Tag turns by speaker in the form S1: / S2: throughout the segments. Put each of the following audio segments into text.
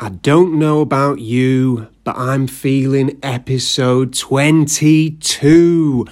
S1: I don't know about you, but I'm feeling episode 22.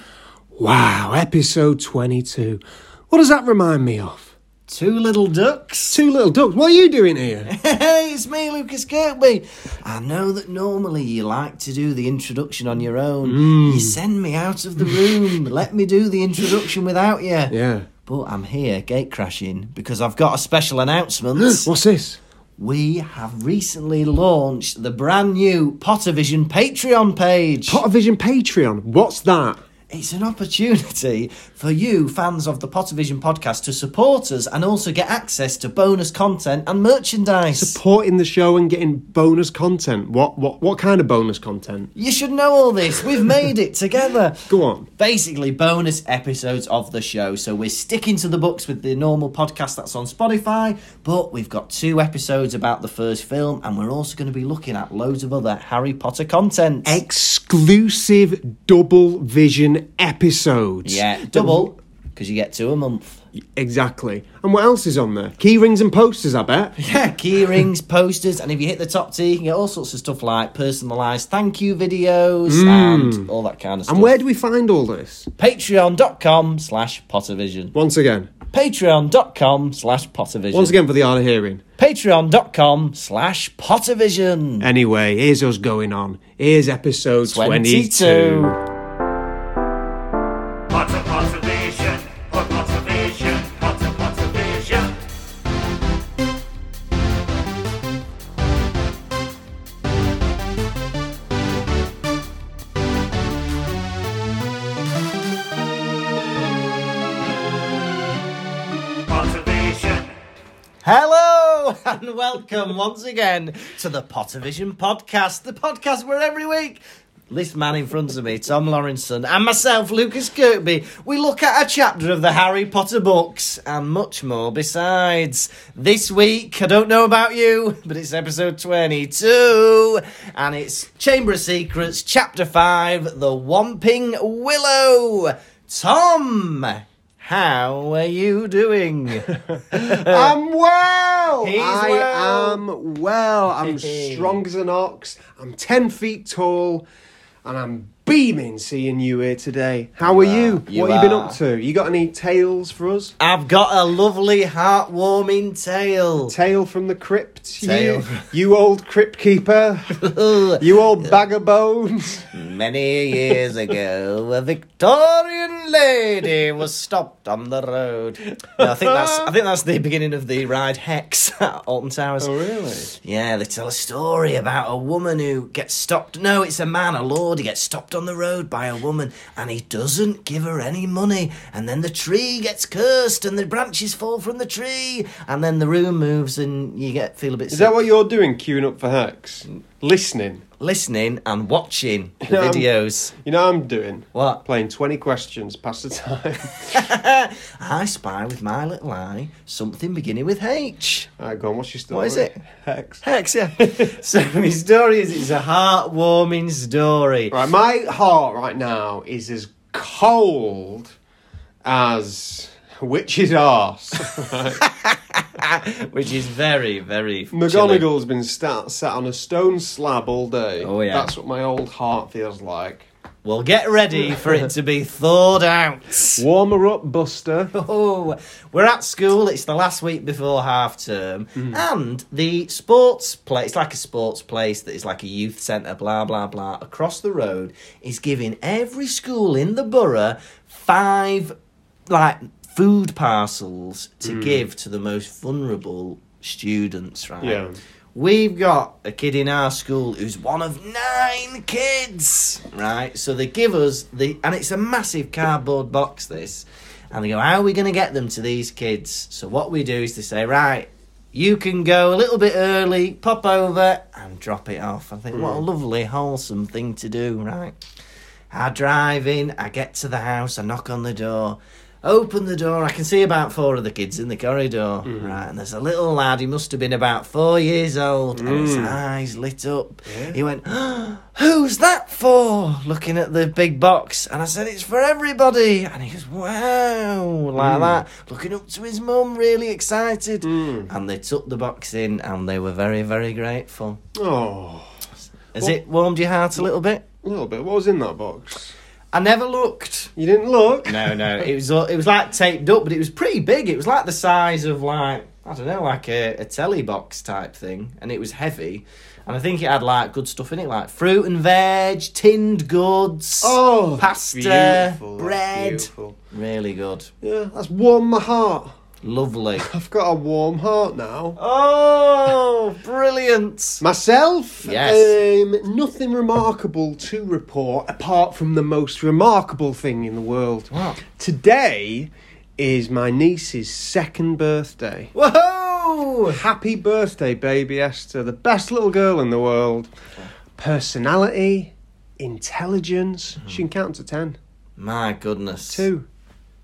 S1: Wow, episode 22. What does that remind me of?
S2: Two little ducks.
S1: Two little ducks. What are you doing here?
S2: Hey, it's me, Lucas Kirkby. I know that normally you like to do the introduction on your own. You send me out of the room. Let me do the introduction without you.
S1: Yeah.
S2: But I'm here gate crashing because I've got a special announcement.
S1: What's this?
S2: we have recently launched the brand new Pottervision Patreon page.
S1: Pottervision Patreon. What's that?
S2: It's an opportunity for you, fans of the Pottervision podcast, to support us and also get access to bonus content and merchandise.
S1: Supporting the show and getting bonus content. What what what kind of bonus content?
S2: You should know all this. We've made it together.
S1: Go on.
S2: Basically, bonus episodes of the show. So we're sticking to the books with the normal podcast that's on Spotify, but we've got two episodes about the first film, and we're also going to be looking at loads of other Harry Potter content.
S1: Exclusive double vision episodes.
S2: Yeah, double, because you get two a month.
S1: Exactly. And what else is on there? Key rings and posters, I bet.
S2: Yeah, key rings, posters, and if you hit the top tier, you can get all sorts of stuff like personalised thank you videos and all that kind of stuff.
S1: Mm. And where do we find all this?
S2: Patreon.com slash Pottervision.
S1: Once again.
S2: Patreon.com slash Pottervision.
S1: Once again for the art of hearing.
S2: Patreon.com slash Pottervision.
S1: Anyway, here's us going on. Here's episode 22.
S2: 22.
S3: Potter Pottervision, Potter Pottervision, Potter Pottervision. Pottervision,
S2: Hello and welcome once again to the Pottervision podcast, the podcast where every week this man in front of me, Tom Lawrenson, and myself, Lucas Kirkby, we look at a chapter of the Harry Potter books and much more besides. This week, I don't know about you, but it's episode 22 and it's Chamber of Secrets, chapter 5, The Whomping Willow. Tom, how are you doing?
S1: I'm Uh, well.
S2: He's
S1: I
S2: well.
S1: am well. I'm strong as an ox. I'm ten feet tall, and I'm beaming seeing you here today. How are you?
S2: you
S1: what have you been
S2: are.
S1: up to? You got any tales for us?
S2: I've got a lovely, heartwarming tale.
S1: Tale from the crypt. you-
S2: Tale.
S1: You, old crypt keeper. you old bag of bones.
S2: Many years ago, a Victorian lady was stopped on the road. No, I think that's I think that's the beginning of the ride Hex at Alton Towers.
S1: Oh, really?
S2: Yeah, they tell a story about a woman who gets stopped. No, it's a man, a lord. He gets stopped on the road by a woman and he doesn't give her any money. And then the tree gets cursed and the branches fall from the tree. And then the room moves and you get feel a bit
S1: Is
S2: sick.
S1: that what you're doing? Queuing up for hacks?
S2: Mm.
S1: Listening.
S2: Listening and watching the
S1: No, I'm-
S2: videos.
S1: You know what I'm doing?
S2: What?
S1: Playing 20 questions, pass the time.
S2: I spy with my little eye something beginning with H.
S1: Alright, go on, what's your story?
S2: What is it?
S1: Hex.
S2: Hex, yeah. so his story is it's a heartwarming story.
S1: Right, my heart right now is as cold as witch's arse.
S2: Which is very, very chilling.
S1: McGonagall's been sat, sat on a stone slab all day.
S2: Oh, yeah.
S1: That's what my old heart feels like.
S2: Well, get ready for it to be thawed out.
S1: Warmer up, Buster.
S2: Oh, we're at school. It's the last week before half term, and the sports place, it's like a sports place that is like a youth centre, blah blah blah, across the road, is giving every school in the borough five like food parcels to give to the most vulnerable students. Right?
S1: Yeah.
S2: We've got a kid in our school who's one of nine kids, right? So they give us the, and it's a massive cardboard box, this. And they go, How are we going to get them to these kids? So what we do is they say, Right, you can go a little bit early, pop over, and drop it off. I think, What a lovely, wholesome thing to do, right? I drive in, I get to the house, I knock on the door. Open the door. I can see about four of the kids in the corridor. Right, and there's a little lad. He must have been about four years old, and his eyes lit up. He went, "Who's that for?" Looking at the big box, and I said, "It's for everybody." And he goes, "Wow!" Like that, looking up to his mum, really excited. And they took the box in, and they were very, very grateful.
S1: Oh,
S2: Has it warmed your heart a little bit?
S1: a little bit. What was in that box?
S2: I never looked.
S1: You didn't look.
S2: No, no, it was all- it was like taped up, but it was pretty big. It was like the size of like I don't know, like a, a telly box type thing, and it was heavy. And I think it had like good stuff in it, like fruit and veg, tinned goods,
S1: Oh, that's
S2: pasta,
S1: beautiful, that's
S2: bread.
S1: beautiful.
S2: Really good,
S1: Yeah, that's warmed my heart.
S2: lovely.
S1: I've got a warm heart now.
S2: oh, brilliant!
S1: Myself,
S2: Yes.
S1: um, nothing remarkable to report apart from the most remarkable thing in the world.
S2: What?
S1: Today is my niece's second birthday.
S2: Whoa!
S1: Happy birthday, baby Esther, the best little girl in the world. Personality, intelligence, she can count to ten.
S2: My goodness,
S1: Two.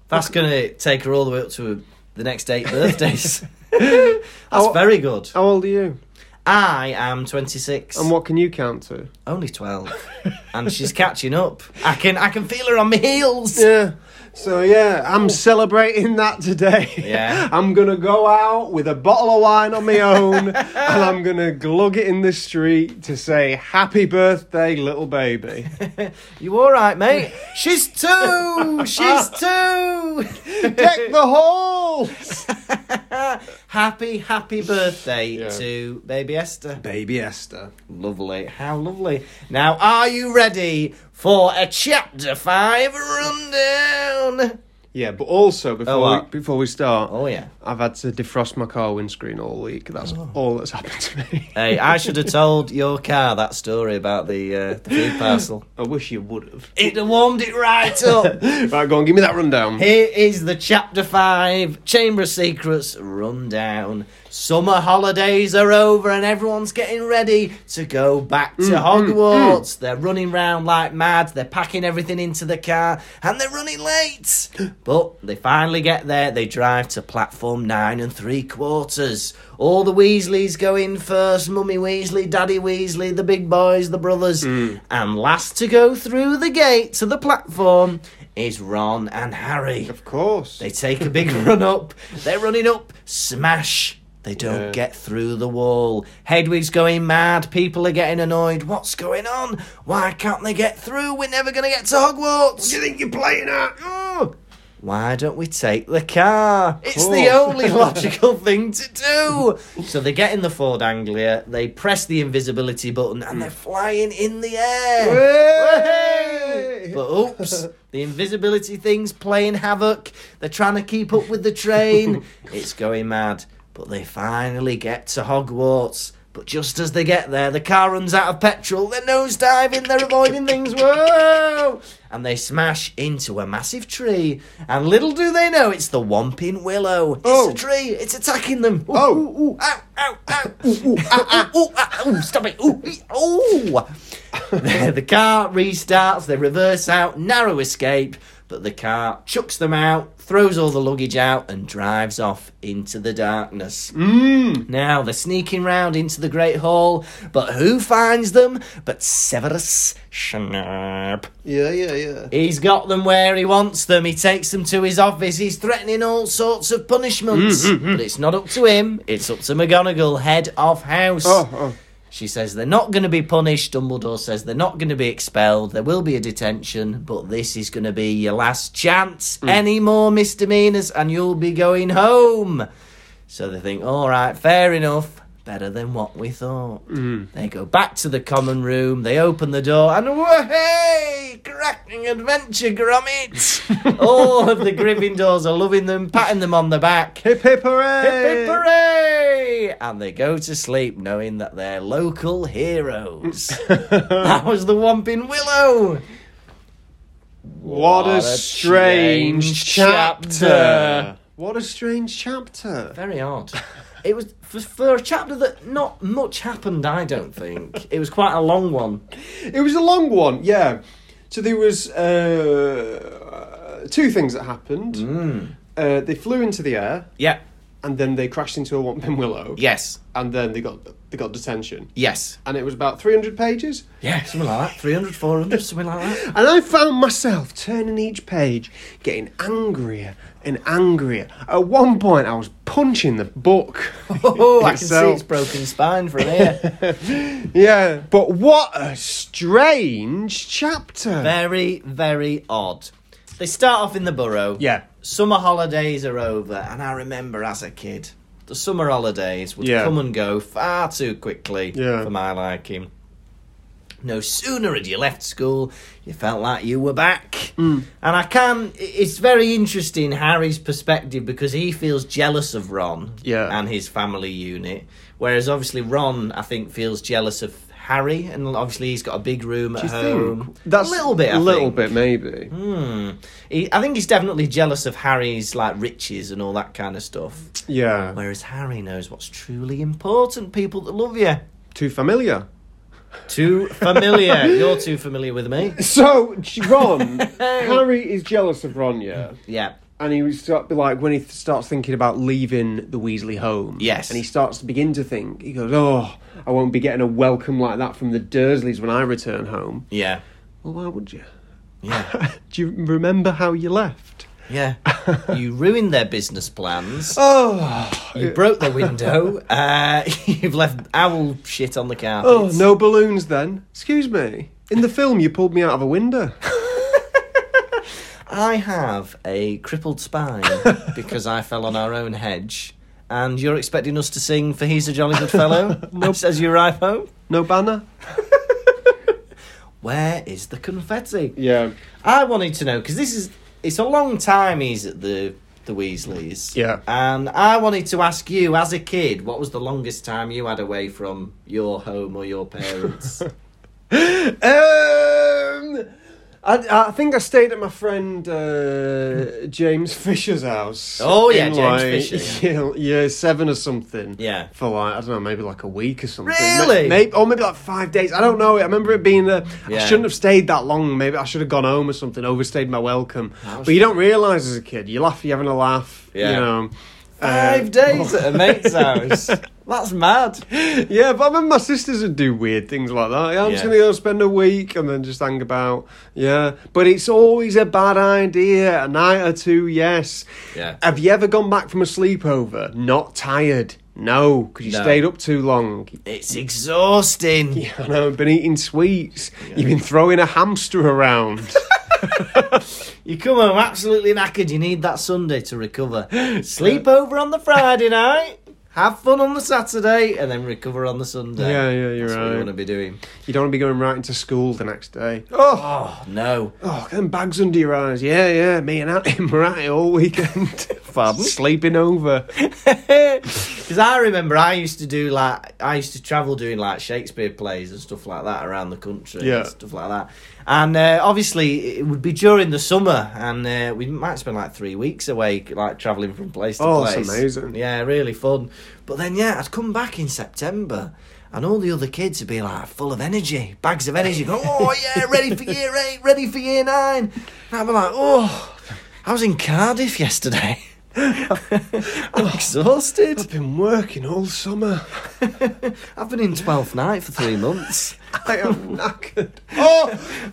S2: that's gonna take her all the way up to the next eight birthdays.
S1: Oh,
S2: That's very good.
S1: How old are you?
S2: I am 26.
S1: And what can you count to?
S2: Only 12. and she's catching up. I can I can feel her on my heels.
S1: Yeah. So yeah, I'm celebrating that today.
S2: Yeah.
S1: I'm gonna go out with a bottle of wine on my own, and I'm gonna glug it in the street to say "Happy birthday, little baby."
S2: You all right, mate? She's two. She's two.
S1: Deck the halls,
S2: happy, happy birthday
S1: Yeah.
S2: to baby Esther.
S1: baby Esther.
S2: Lovely. How lovely. Now, are you ready for a chapter 5 rundown?
S1: Yeah, but also before
S2: Oh, what?
S1: we, before we start,
S2: Oh, yeah.
S1: I've had to defrost my car windscreen all week. That's all that's happened to me.
S2: Hey, I should have told your car that story about the, uh, the food parcel.
S1: I wish you would have.
S2: It warmed it right up.
S1: Right, go on, give me that rundown.
S2: Here is the Chapter 5 Chamber of Secrets rundown. Summer holidays are over and everyone's getting ready to go back to Hogwarts. They're running round like mad, they're packing everything into the car, and they're running late. but they finally get there, they drive to platform 9 and 3 quarters. All the Weasleys go in first Mummy Weasley, Daddy Weasley, the big boys, the brothers. And last to go through the gate to the platform is Ron and Harry.
S1: Of course.
S2: They take a big run up. They're running up. Smash. They don't
S1: Yeah.
S2: get through the wall. Hedwig's going mad. People are getting annoyed. What's going on? Why can't they get through? We're never going to get to Hogwarts.
S1: you think you're playing at?
S2: Ugh. Why don't we take the car? It's
S1: course.
S2: the only logical thing to do. So they get in the Ford Anglia, they press the invisibility button, and they're flying in the air.
S1: Way!
S2: But oops, the invisibility thing's playing havoc. They're trying to keep up with the train. it's going mad. But they finally get to Hogwarts. But just as they get there, the car runs out of petrol. They're nosediving, they're avoiding things. Whoa! And they smash into a massive tree. And little do they know, it's the Whomping Willow. It's
S1: Oh.
S2: a tree, it's attacking them. Ooh,
S1: Oh.
S2: Ooh, ooh, ow, ow, ow. Ooh, ooh, ah, ah, ooh, ah, ooh, stop it. Ooh, ee, ooh. the car restarts, they reverse out, narrow escape, but the car chucks them out, throws all the luggage out, and drives off into the darkness. Hmm. Now they're sneaking round into the Great Hall, but who finds them but Severus Snape?
S1: Yeah, yeah, yeah.
S2: He's got them where he wants them. He takes them to his office. He's threatening all sorts of punishments. But it's not up to him. It's up to McGonagall, head of house.
S1: Oh, oh.
S2: She says they're not going to be punished. Dumbledore says they're not going to be expelled. There will be a detention, but this is going to be your last chance. Any more misdemeanors, and you'll be going home. So they think, all right, fair enough. Better than what we thought. They go back to the common room. They open the door, and whoa, cracking adventure, Gromit! all of the Gryffindors are loving them, patting them on the back.
S1: Hip hip hooray!
S2: Hip, hip, hooray! And they go to sleep knowing that they're local heroes. that was the Whomping Willow.
S1: What, a
S2: What a
S1: strange,
S2: strange
S1: chapter.
S2: chapter.
S1: What a strange chapter.
S2: Very odd. It was for, for a chapter that not much happened. I don't think it was quite a long one.
S1: It was a long one, yeah. So there was uh, uh, two things that happened.
S2: Hmm.
S1: Uh, they flew into the air,
S2: Yeah.
S1: and then they crashed into a one pin willow.
S2: Yes.
S1: and then they got they got detention.
S2: Yes.
S1: And it was about 300 pages.
S2: Yeah, something like that. 300, 400, something like that.
S1: And I found myself turning each page, getting angrier and angrier. At one point, I was punching the book.
S2: Oh, I can see
S1: itself.
S2: its broken spine from here.
S1: Yeah. But what a strange chapter.
S2: very, very odd. They start off in the borough.
S1: Yeah.
S2: Summer holidays are over, and I remember as a kid, the summer holidays would
S1: Yeah.
S2: come and go far too quickly
S1: Yeah.
S2: for my liking. No sooner had you left school, you felt like you were back.
S1: Hmm.
S2: And I can. It's very interesting Harry's perspective because he feels jealous of Ron
S1: Yeah.
S2: and his family unit, whereas obviously Ron, I think, feels jealous of Harry, and obviously he's got a big room
S1: Do
S2: at
S1: you
S2: home.
S1: think? That's
S2: Um, a little bit. I
S1: A little
S2: think.
S1: bit, maybe.
S2: Hmm. He, I think he's definitely jealous of Harry's like riches and all that kind of stuff.
S1: Yeah.
S2: Whereas Harry knows what's truly important: people that love you.
S1: Too familiar.
S2: Too familiar. You're too familiar with me.
S1: So, Ron, Harry is jealous of Ron, yeah.
S2: Yeah.
S1: and he was sort of like when he th- starts thinking about leaving the Weasley home.
S2: Yes.
S1: and he starts to begin to think. He goes, "Oh, I won't be getting a welcome like that from the Dursleys when I return home."
S2: Yeah.
S1: Well, why would you?
S2: Yeah.
S1: Do you remember how you left?
S2: Yeah. You ruined their business plans.
S1: Oh,
S2: You broke the window. Uh, you've left owl shit on the carpet.
S1: oh, no balloons then. Excuse me. In the film, you pulled me out of a window.
S2: I have a crippled spine because I fell on our own hedge, and you're expecting us to sing for He's a Jolly Good Fellow as, as you arrive home?
S1: No banner.
S2: Where is the confetti?
S1: Yeah,
S2: I wanted to know because this is it's a long time he's at the the Weasleys.
S1: Yeah.
S2: And I wanted to ask you as a kid, what was the longest time you had away from your home or your parents?
S1: Uh, Um, I, I think I stayed at my friend uh, James Fisher's house.
S2: Oh, yeah,
S1: in,
S2: James
S1: like,
S2: Fisher,
S1: Year, year seven or something.
S2: Yeah.
S1: For like I don't know, maybe like a week or something.
S2: Really?
S1: Maybe or maybe like five days. I don't know. I remember it being there. I
S2: Yeah.
S1: shouldn't have stayed that long. Maybe I should have gone home or something. Overstayed my welcome.
S2: That was-
S1: But you don't realise as a kid. You laugh. You're having a laugh. You
S2: Yeah.
S1: know.
S2: Five
S1: Uh,
S2: days at a mate's house. That's mad.
S1: yeah, but I remember my sisters would do weird things like that. Yeah, I'm just
S2: Yeah.
S1: going to go spend a week and then just hang about. Yeah, but it's always a bad idea. A night or two, yes.
S2: Yeah.
S1: Have you ever gone back from a sleepover not tired? No, because you
S2: No.
S1: stayed up too long.
S2: It's exhausting.
S1: Yeah, I know. Been eating sweets. You've been throwing a hamster around.
S2: You come home absolutely knackered. You need that Sunday to recover. Sleep over on the Friday night. Have fun on the Saturday and then recover on the Sunday.
S1: Yeah, yeah, you're
S2: That's What
S1: right.
S2: you want to be doing?
S1: you don't want to be going right into school the next day. Oh,
S2: Oh no!
S1: oh, them bags under your eyes. Yeah, yeah. Me and Aunt Mariah all weekend.
S2: Pardon?
S1: Sleeping over.
S2: Because I remember I used to do like I used to travel doing like Shakespeare plays and stuff like that around the country.
S1: Yeah.
S2: and stuff like that. And uh, obviously it would be during the summer, and uh, we might spend like three weeks away, like traveling from place to
S1: Oh,
S2: place.
S1: that's amazing.
S2: Yeah, really fun. But then yeah, I'd come back in September. And all the other kids would be like full of energy, bags of energy. Go, oh yeah, ready for year eight, ready for year nine. And I'd be like, oh, I was in Cardiff yesterday. I'm exhausted.
S1: I've been working all summer.
S2: I've been in Twelfth Night for three months.
S1: I am knackered.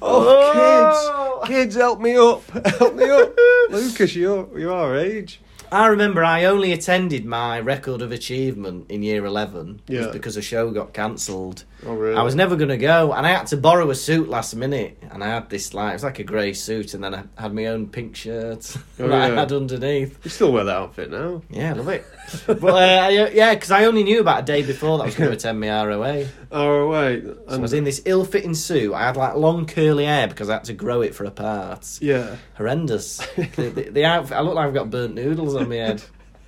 S1: Oh, oh, kids, kids, help me up, help me up. Lucas, you're you're our age.
S2: I remember I only attended my record of achievement in year 11 was
S1: Yeah.
S2: because a show got cancelled.
S1: Oh, really?
S2: I was never going to go, and I had to borrow a suit last minute. And I had this, like, it was like a grey suit, and then I had my own pink shirt
S1: Oh,
S2: that
S1: yeah.
S2: I had underneath.
S1: You still wear that outfit now?
S2: Yeah, I love it. but uh, I, yeah, because I only knew about a day before that I was going to attend my ROA.
S1: Oh wait,
S2: So I
S1: and-
S2: was in this ill fitting suit. I had, like, long curly hair because I had to grow it for a part.
S1: yeah.
S2: horrendous. the, the, the outfit, I look like I've got burnt noodles on my head.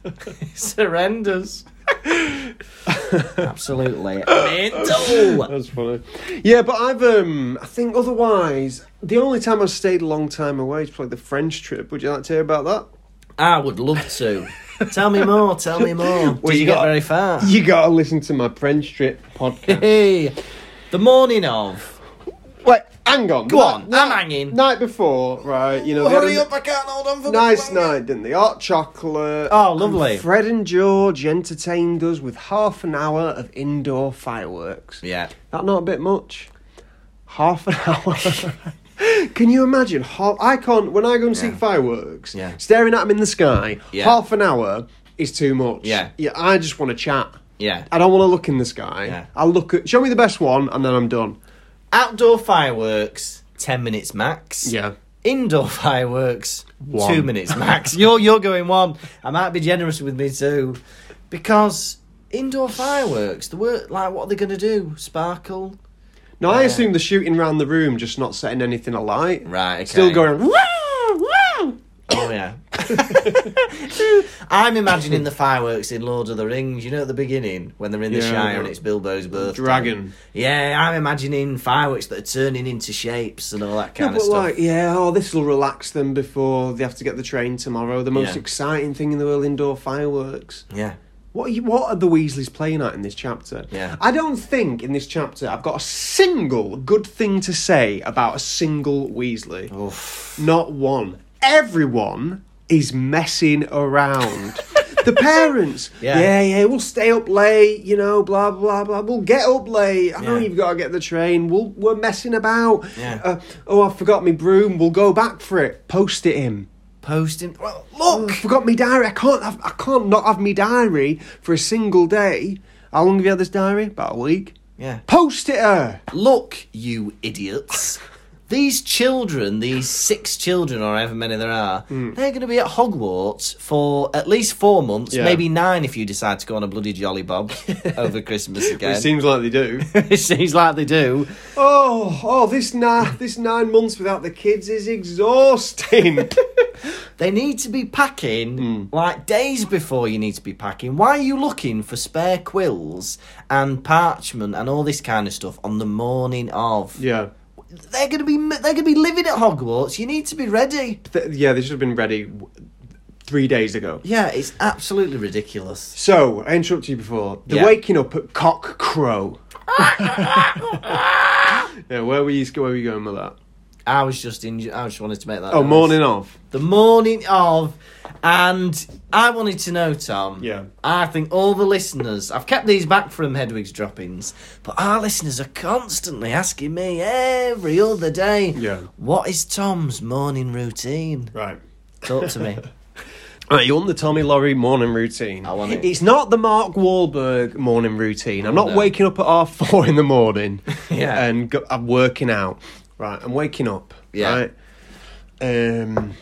S2: it's horrendous. Absolutely mental.
S1: That's funny. Yeah, but I've um I think otherwise the only time I've stayed a long time away is probably the French trip. Would you like to hear about that?
S2: I would love to. Tell me more. Tell me more. Did
S1: Well, you
S2: you, get
S1: got-
S2: very far?
S1: You gotta listen to my French trip podcast.
S2: Hey, the morning of.
S1: Wait, hang on.
S2: Go
S1: Ni-
S2: on, I'm hanging.
S1: Night before, right? You know, they had a
S2: I can't hold on for
S1: nice night, didn't they? Hot chocolate.
S2: Oh, lovely.
S1: And Fred and George entertained us with half an hour of indoor fireworks.
S2: Yeah.
S1: That not a bit much? Half an hour. Can you imagine? Half, I can't. When I go and see fireworks,
S2: Yeah.
S1: staring at them in the sky,
S2: Yeah.
S1: half an hour is too much.
S2: Yeah.
S1: Yeah. I just want to chat.
S2: Yeah.
S1: I don't want to look in the sky.
S2: Yeah.
S1: I look at. Show me the best one, and then I'm done.
S2: Outdoor fireworks, ten minutes max.
S1: Yeah.
S2: Indoor fireworks,
S1: One.
S2: two minutes max. you're you're going one. I might be generous with me too, because indoor fireworks, the work like what are they going to do? Sparkle.
S1: No, I
S2: Oh, Yeah.
S1: assume the shooting round the room, just not setting anything alight.
S2: Right. Okay.
S1: Still going. Woo! Woo!
S2: Oh yeah. I'm imagining the fireworks in Lord of the Rings. You know, at the beginning when they're in the
S1: Yeah,
S2: Shire
S1: yeah.
S2: and it's Bilbo's birthday.
S1: Dragon.
S2: Yeah, I'm imagining fireworks that are turning into shapes and all that
S1: No,
S2: kind of
S1: but
S2: stuff.
S1: like, yeah, oh, this will relax them before they have to get the train tomorrow. The most
S2: Yeah.
S1: exciting thing in the world, indoor fireworks.
S2: yeah.
S1: What are you, what are the Weasleys playing at in this chapter?
S2: Yeah.
S1: I don't think in this chapter I've got a single good thing to say about a single Weasley.
S2: Oof.
S1: Not one. Everyone is messing around. the parents,
S2: Yeah.
S1: yeah. yeah, we'll stay up late, you know, blah blah blah. We'll get up late. I know
S2: Yeah.
S1: you've got to get the train. We'll, we're messing about.
S2: Yeah.
S1: Uh, oh, I forgot my broom. We'll go back for it. Post it him.
S2: Posting. Well,
S1: Oh,
S2: look.
S1: I forgot my diary. I can't. Have, I can't not have my diary for a single day. How long have you had this diary? About a week.
S2: Yeah.
S1: Post it her.
S2: Look, you idiots. These children, these six children, or however many there are,
S1: Hmm.
S2: they're going to be at Hogwarts for at least four months,
S1: Yeah.
S2: maybe nine if you decide to go on a bloody Jolly Bob over Christmas again.
S1: like they do.
S2: it seems like they do.
S1: oh, oh, this nine, this nine months without the kids is exhausting.
S2: They need to be packing
S1: Hmm.
S2: like days before you need to be packing. Why are you looking for spare quills and parchment and all this kind of stuff on the morning of?
S1: yeah,
S2: They're gonna be they're gonna be living at Hogwarts. You need to be ready.
S1: Th- yeah, they should have been ready w- three days ago.
S2: Yeah, it's absolutely ridiculous.
S1: So I interrupted you before. The
S2: Yeah.
S1: waking up at cock crow. yeah, where were you? Where were you going with that?
S2: I was just in. I just wanted to make that.
S1: Oh,
S2: noise.
S1: morning of.
S2: The morning of, and I wanted to know, Tom.
S1: Yeah.
S2: I think all the listeners. I've kept these back from Hedwig's droppings, but our listeners are constantly asking me every other day.
S1: Yeah.
S2: What is Tom's morning routine?
S1: Right.
S2: Talk to me.
S1: Right, you want the Tommy Laurie morning routine?
S2: I want it. Oh,
S1: It's not the Mark Wahlberg morning routine. I'm not
S2: no.
S1: waking up at half four in the morning.
S2: Yeah.
S1: and go, I'm working out. Right, I'm waking up.
S2: Yeah.
S1: Right. Um,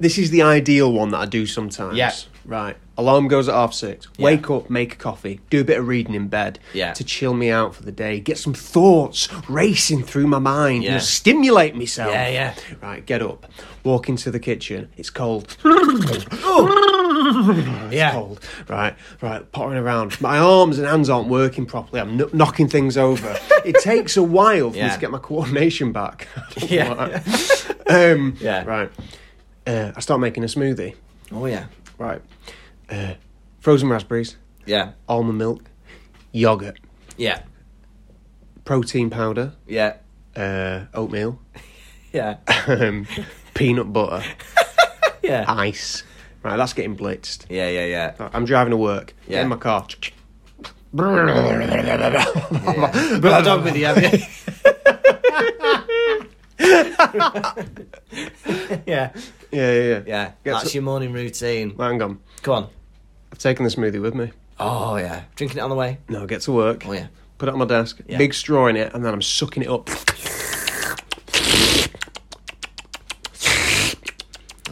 S1: this is the ideal one that I do sometimes.
S2: Yeah.
S1: Right. Alarm goes at half six.
S2: Yeah.
S1: Wake up, make a coffee, do a bit of reading in bed.
S2: Yeah.
S1: To chill me out for the day, get some thoughts racing through my mind
S2: Yeah.
S1: and stimulate myself.
S2: Yeah, yeah.
S1: Right, get up, walk into the kitchen. It's cold.
S2: yeah.
S1: cold. Right, right, pottering around. My arms and hands aren't working properly. I'm kn- knocking things over. it takes a while for me
S2: Yeah.
S1: to get my coordination back. I don't know
S2: Yeah.
S1: why. um,
S2: Yeah.
S1: Right. Uh, I start making a smoothie.
S2: Oh yeah.
S1: Right. Uh, frozen raspberries,
S2: Yeah.
S1: almond milk, yogurt,
S2: Yeah.
S1: protein powder,
S2: Yeah.
S1: uh, oatmeal,
S2: Yeah.
S1: um, peanut butter,
S2: Yeah.
S1: ice. Right, that's getting blitzed.
S2: Yeah. Yeah. Yeah.
S1: I'm driving to work.
S2: Yeah.
S1: Get in my car.
S2: yeah. Got a dog with you, have you? yeah.
S1: Yeah, yeah, yeah.
S2: Yeah.
S1: Get
S2: That's
S1: some-
S2: your morning routine.
S1: Hang on.
S2: Come on.
S1: I've taken the smoothie with me.
S2: Oh yeah. Drinking it on the way.
S1: No, get to work.
S2: Oh yeah.
S1: Put it on my desk.
S2: Yeah.
S1: Big straw in it, and then I'm sucking it up.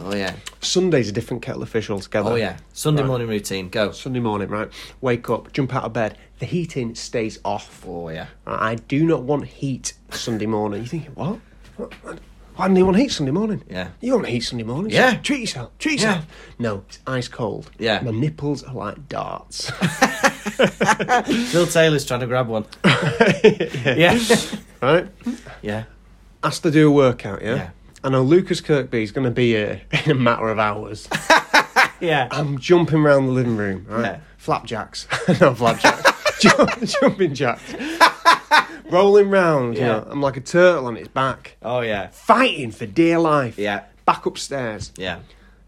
S2: Oh yeah.
S1: Sunday's a different kettle of fish altogether.
S2: Oh yeah. Sunday morning routine. Go.
S1: Sunday morning, right? Wake up, jump out of bed. The heating stays off.
S2: Oh yeah.
S1: I I do not want heat Sunday morning. You thinking what? What- Why do you want heat Sunday morning?
S2: Yeah.
S1: You don't want heat Sunday morning?
S2: Yeah.
S1: Treat yourself. Treat
S2: Yeah.
S1: yourself. No, it's ice cold.
S2: Yeah.
S1: My nipples are like darts.
S2: Phil Taylor's trying to grab one. yeah.
S1: right?
S2: Yeah.
S1: Has to do a workout, yeah?
S2: Yeah.
S1: I know Lucas Kirkby's going to be here in a matter of hours.
S2: Yeah.
S1: I'm jumping around the living room, right?
S2: Yeah.
S1: Flapjacks. no, flapjacks. Jump, jumping jacks. rolling round.
S2: Yeah.
S1: You know, I'm like a turtle on its back,
S2: Oh yeah,
S1: fighting for dear life.
S2: Yeah.
S1: Back upstairs.
S2: yeah.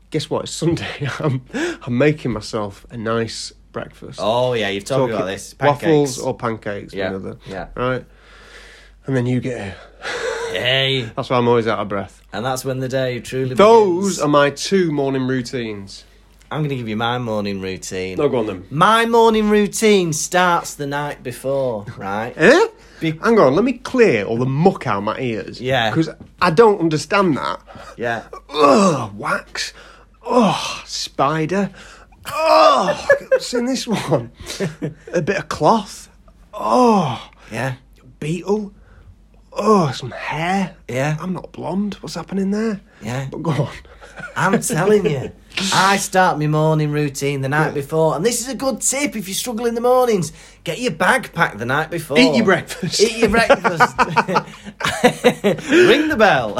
S1: Guess what? It's Sunday. I'm, I'm making myself a nice breakfast.
S2: Oh yeah, you've told me about
S1: Talking
S2: this. Pancakes.
S1: Waffles or pancakes,
S2: Yeah,
S1: one of the-
S2: yeah.
S1: Right? And then you get here.
S2: Hey,
S1: That's why I'm always out of breath.
S2: and that's when the day truly.
S1: Those
S2: begins.
S1: are my two morning routines.
S2: I'm going to give you my morning routine.
S1: No, go on then.
S2: My morning routine starts the night before, right?
S1: Eh?
S2: Be-
S1: Hang on, let me clear all the muck out of my ears.
S2: Yeah.
S1: Because I don't understand that.
S2: yeah.
S1: Ugh, wax. Ugh, spider. Ugh, what's in this one? A bit of cloth. Oh,
S2: Yeah.
S1: beetle. Oh, some hair.
S2: Yeah.
S1: I'm not blonde. What's happening there?
S2: Yeah.
S1: But go on.
S2: I'm telling you. I start my morning routine the night before, and this is a good tip if you struggle in the mornings. Get your bag packed the night before.
S1: Eat your breakfast.
S2: Eat your breakfast. Ring the bell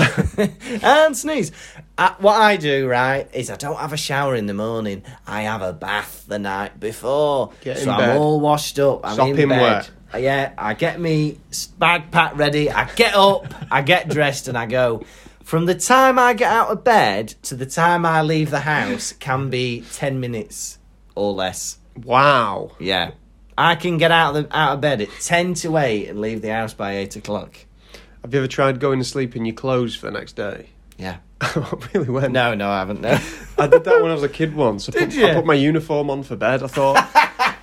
S2: and sneeze. Uh, what I do, right, is I don't have a shower in the morning. I have a bath the night before.
S1: Get in
S2: so I'm
S1: bed.
S2: all washed up. I'm
S1: Stop
S2: in
S1: him
S2: bed.
S1: wet.
S2: Uh, Yeah, I get me s- bag pack ready. I get up, I get dressed, and I go. From the time I get out of bed to the time I leave the house can be ten minutes or less.
S1: Wow.
S2: Yeah, I can get out of the, out of bed at ten to eight and leave the house by eight o'clock.
S1: Have you ever tried going to sleep in your clothes for the next day?
S2: Yeah.
S1: I really went.
S2: No, no, I haven't. No.
S1: I did that when I was a kid once. I
S2: Did
S1: put,
S2: you?
S1: I put my uniform on for bed. I thought,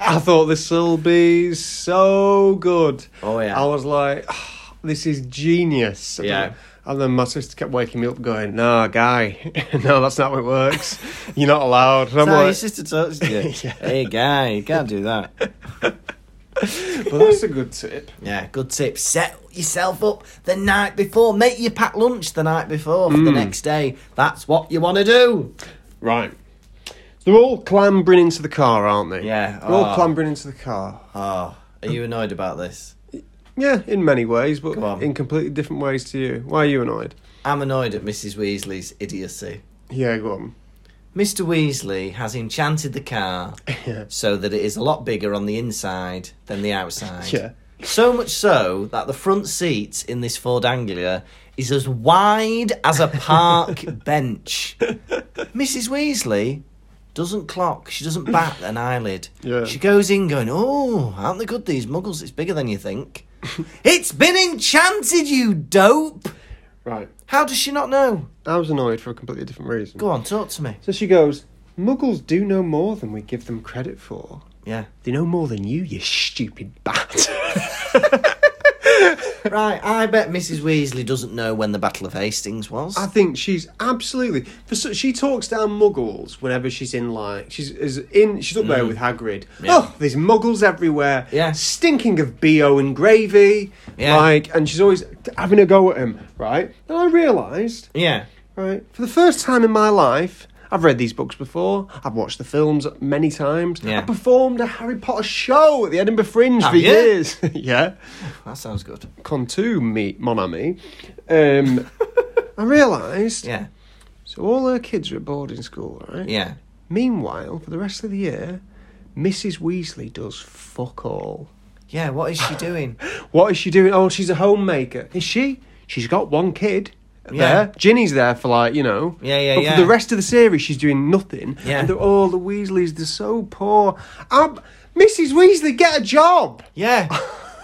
S1: I thought this will be so good.
S2: Oh, yeah.
S1: I was like, "Ah, this is genius.
S2: Yeah.
S1: And then my sister kept waking me up, going, "No, guy, no, that's not how it works. You're not allowed." And I'm
S2: no,
S1: like,
S2: your sister touched you.
S1: Yeah.
S2: Hey, guy, you can't do that.
S1: but that's a good tip.
S2: Yeah, good tip. Set yourself up the night before. Make your packed lunch the night before for
S1: Hmm.
S2: the next day. That's what you want to do.
S1: Right. They're all clambering into the car, aren't they?
S2: Yeah.
S1: They're all
S2: Oh.
S1: clambering into the car.
S2: Oh, are you annoyed about this?
S1: Yeah, in many ways, but
S2: Come on.
S1: in completely different ways to you. Why are you annoyed?
S2: I'm annoyed at Mrs. Weasley's idiocy.
S1: Yeah, go on.
S2: Mr. Weasley has enchanted the car
S1: Yeah.
S2: so that it is a lot bigger on the inside than the outside.
S1: Yeah.
S2: So much so that the front seat in this Ford Anglia is as wide as a park bench. Mrs. Weasley doesn't clock. She doesn't bat an eyelid.
S1: Yeah.
S2: She goes in going, Oh, aren't they good, these muggles? It's bigger than you think. it's been enchanted, you dope!
S1: Right.
S2: How does she not know?
S1: I was annoyed for a completely different reason.
S2: Go on, talk to me.
S1: So she goes, Muggles do know more than we give them credit for.
S2: Yeah.
S1: They know more than you, you stupid bat.
S2: Right, I bet Mrs. Weasley doesn't know when the Battle of Hastings was.
S1: I think she's absolutely. For so, she talks down Muggles whenever she's in like she's is in. She's up there with Hagrid.
S2: Mm. Yeah.
S1: Oh, there's Muggles everywhere.
S2: Yeah.
S1: stinking of bo and gravy.
S2: Yeah.
S1: like, and she's always having a go at him, right? And I realised
S2: yeah.
S1: Right. For the first time in my life, I've read these books before. I've watched the films many times.
S2: Yeah.
S1: I performed a Harry Potter show at the Edinburgh Fringe
S2: Have
S1: for
S2: you?
S1: years. yeah.
S2: That sounds good.
S1: Con two, me, mon ami. Um, I realised.
S2: Yeah.
S1: So all her kids are at boarding school, right?
S2: Yeah.
S1: Meanwhile, for the rest of the year, Mrs. Weasley does fuck all.
S2: Yeah, what is she doing?
S1: What is she doing? Oh, she's a homemaker. Is she? She's got one kid.
S2: Yeah.
S1: There, Ginny's there for like you know.
S2: Yeah, yeah,
S1: but
S2: yeah.
S1: For the rest of the series, she's doing nothing.
S2: Yeah.
S1: and they're all the Weasleys. They're so poor. Um, Mrs. Weasley, get a job.
S2: Yeah.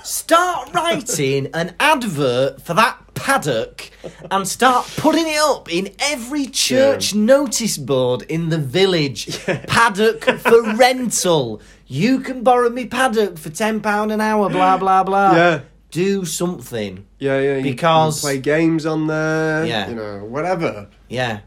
S2: Start writing an advert for that paddock and start putting it up in every church notice board in the village. Paddock for rental. You can borrow me paddock for £10 an hour, blah, blah, blah.
S1: Yeah.
S2: Do something.
S1: Yeah, yeah.
S2: can Because- play
S1: games on there.
S2: Yeah. you
S1: know, whatever.
S2: Yeah.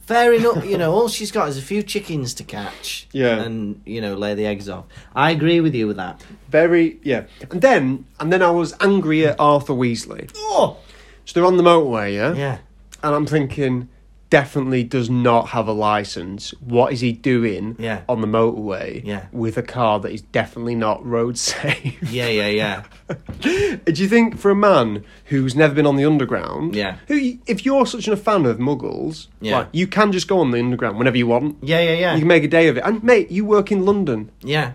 S2: Fair enough, you know, all she's got is a few chickens to catch.
S1: Yeah.
S2: And, you know, lay the eggs off. I agree with you with that.
S1: Very yeah. And then and then I was angry at Arthur Weasley.
S2: Oh!
S1: So they're on the motorway, yeah.
S2: Yeah.
S1: and I'm thinking, definitely does not have a license. What is he doing
S2: Yeah.
S1: on the motorway
S2: Yeah.
S1: with a car that is definitely not road safe?
S2: Yeah, yeah, yeah.
S1: Do you think for a man who's never been on the underground,
S2: Yeah.
S1: who if you're such a fan of muggles,
S2: Yeah.
S1: like, you can just go on the underground whenever you want.
S2: Yeah, yeah, yeah.
S1: You can make a day of it. And mate, you work in London.
S2: Yeah.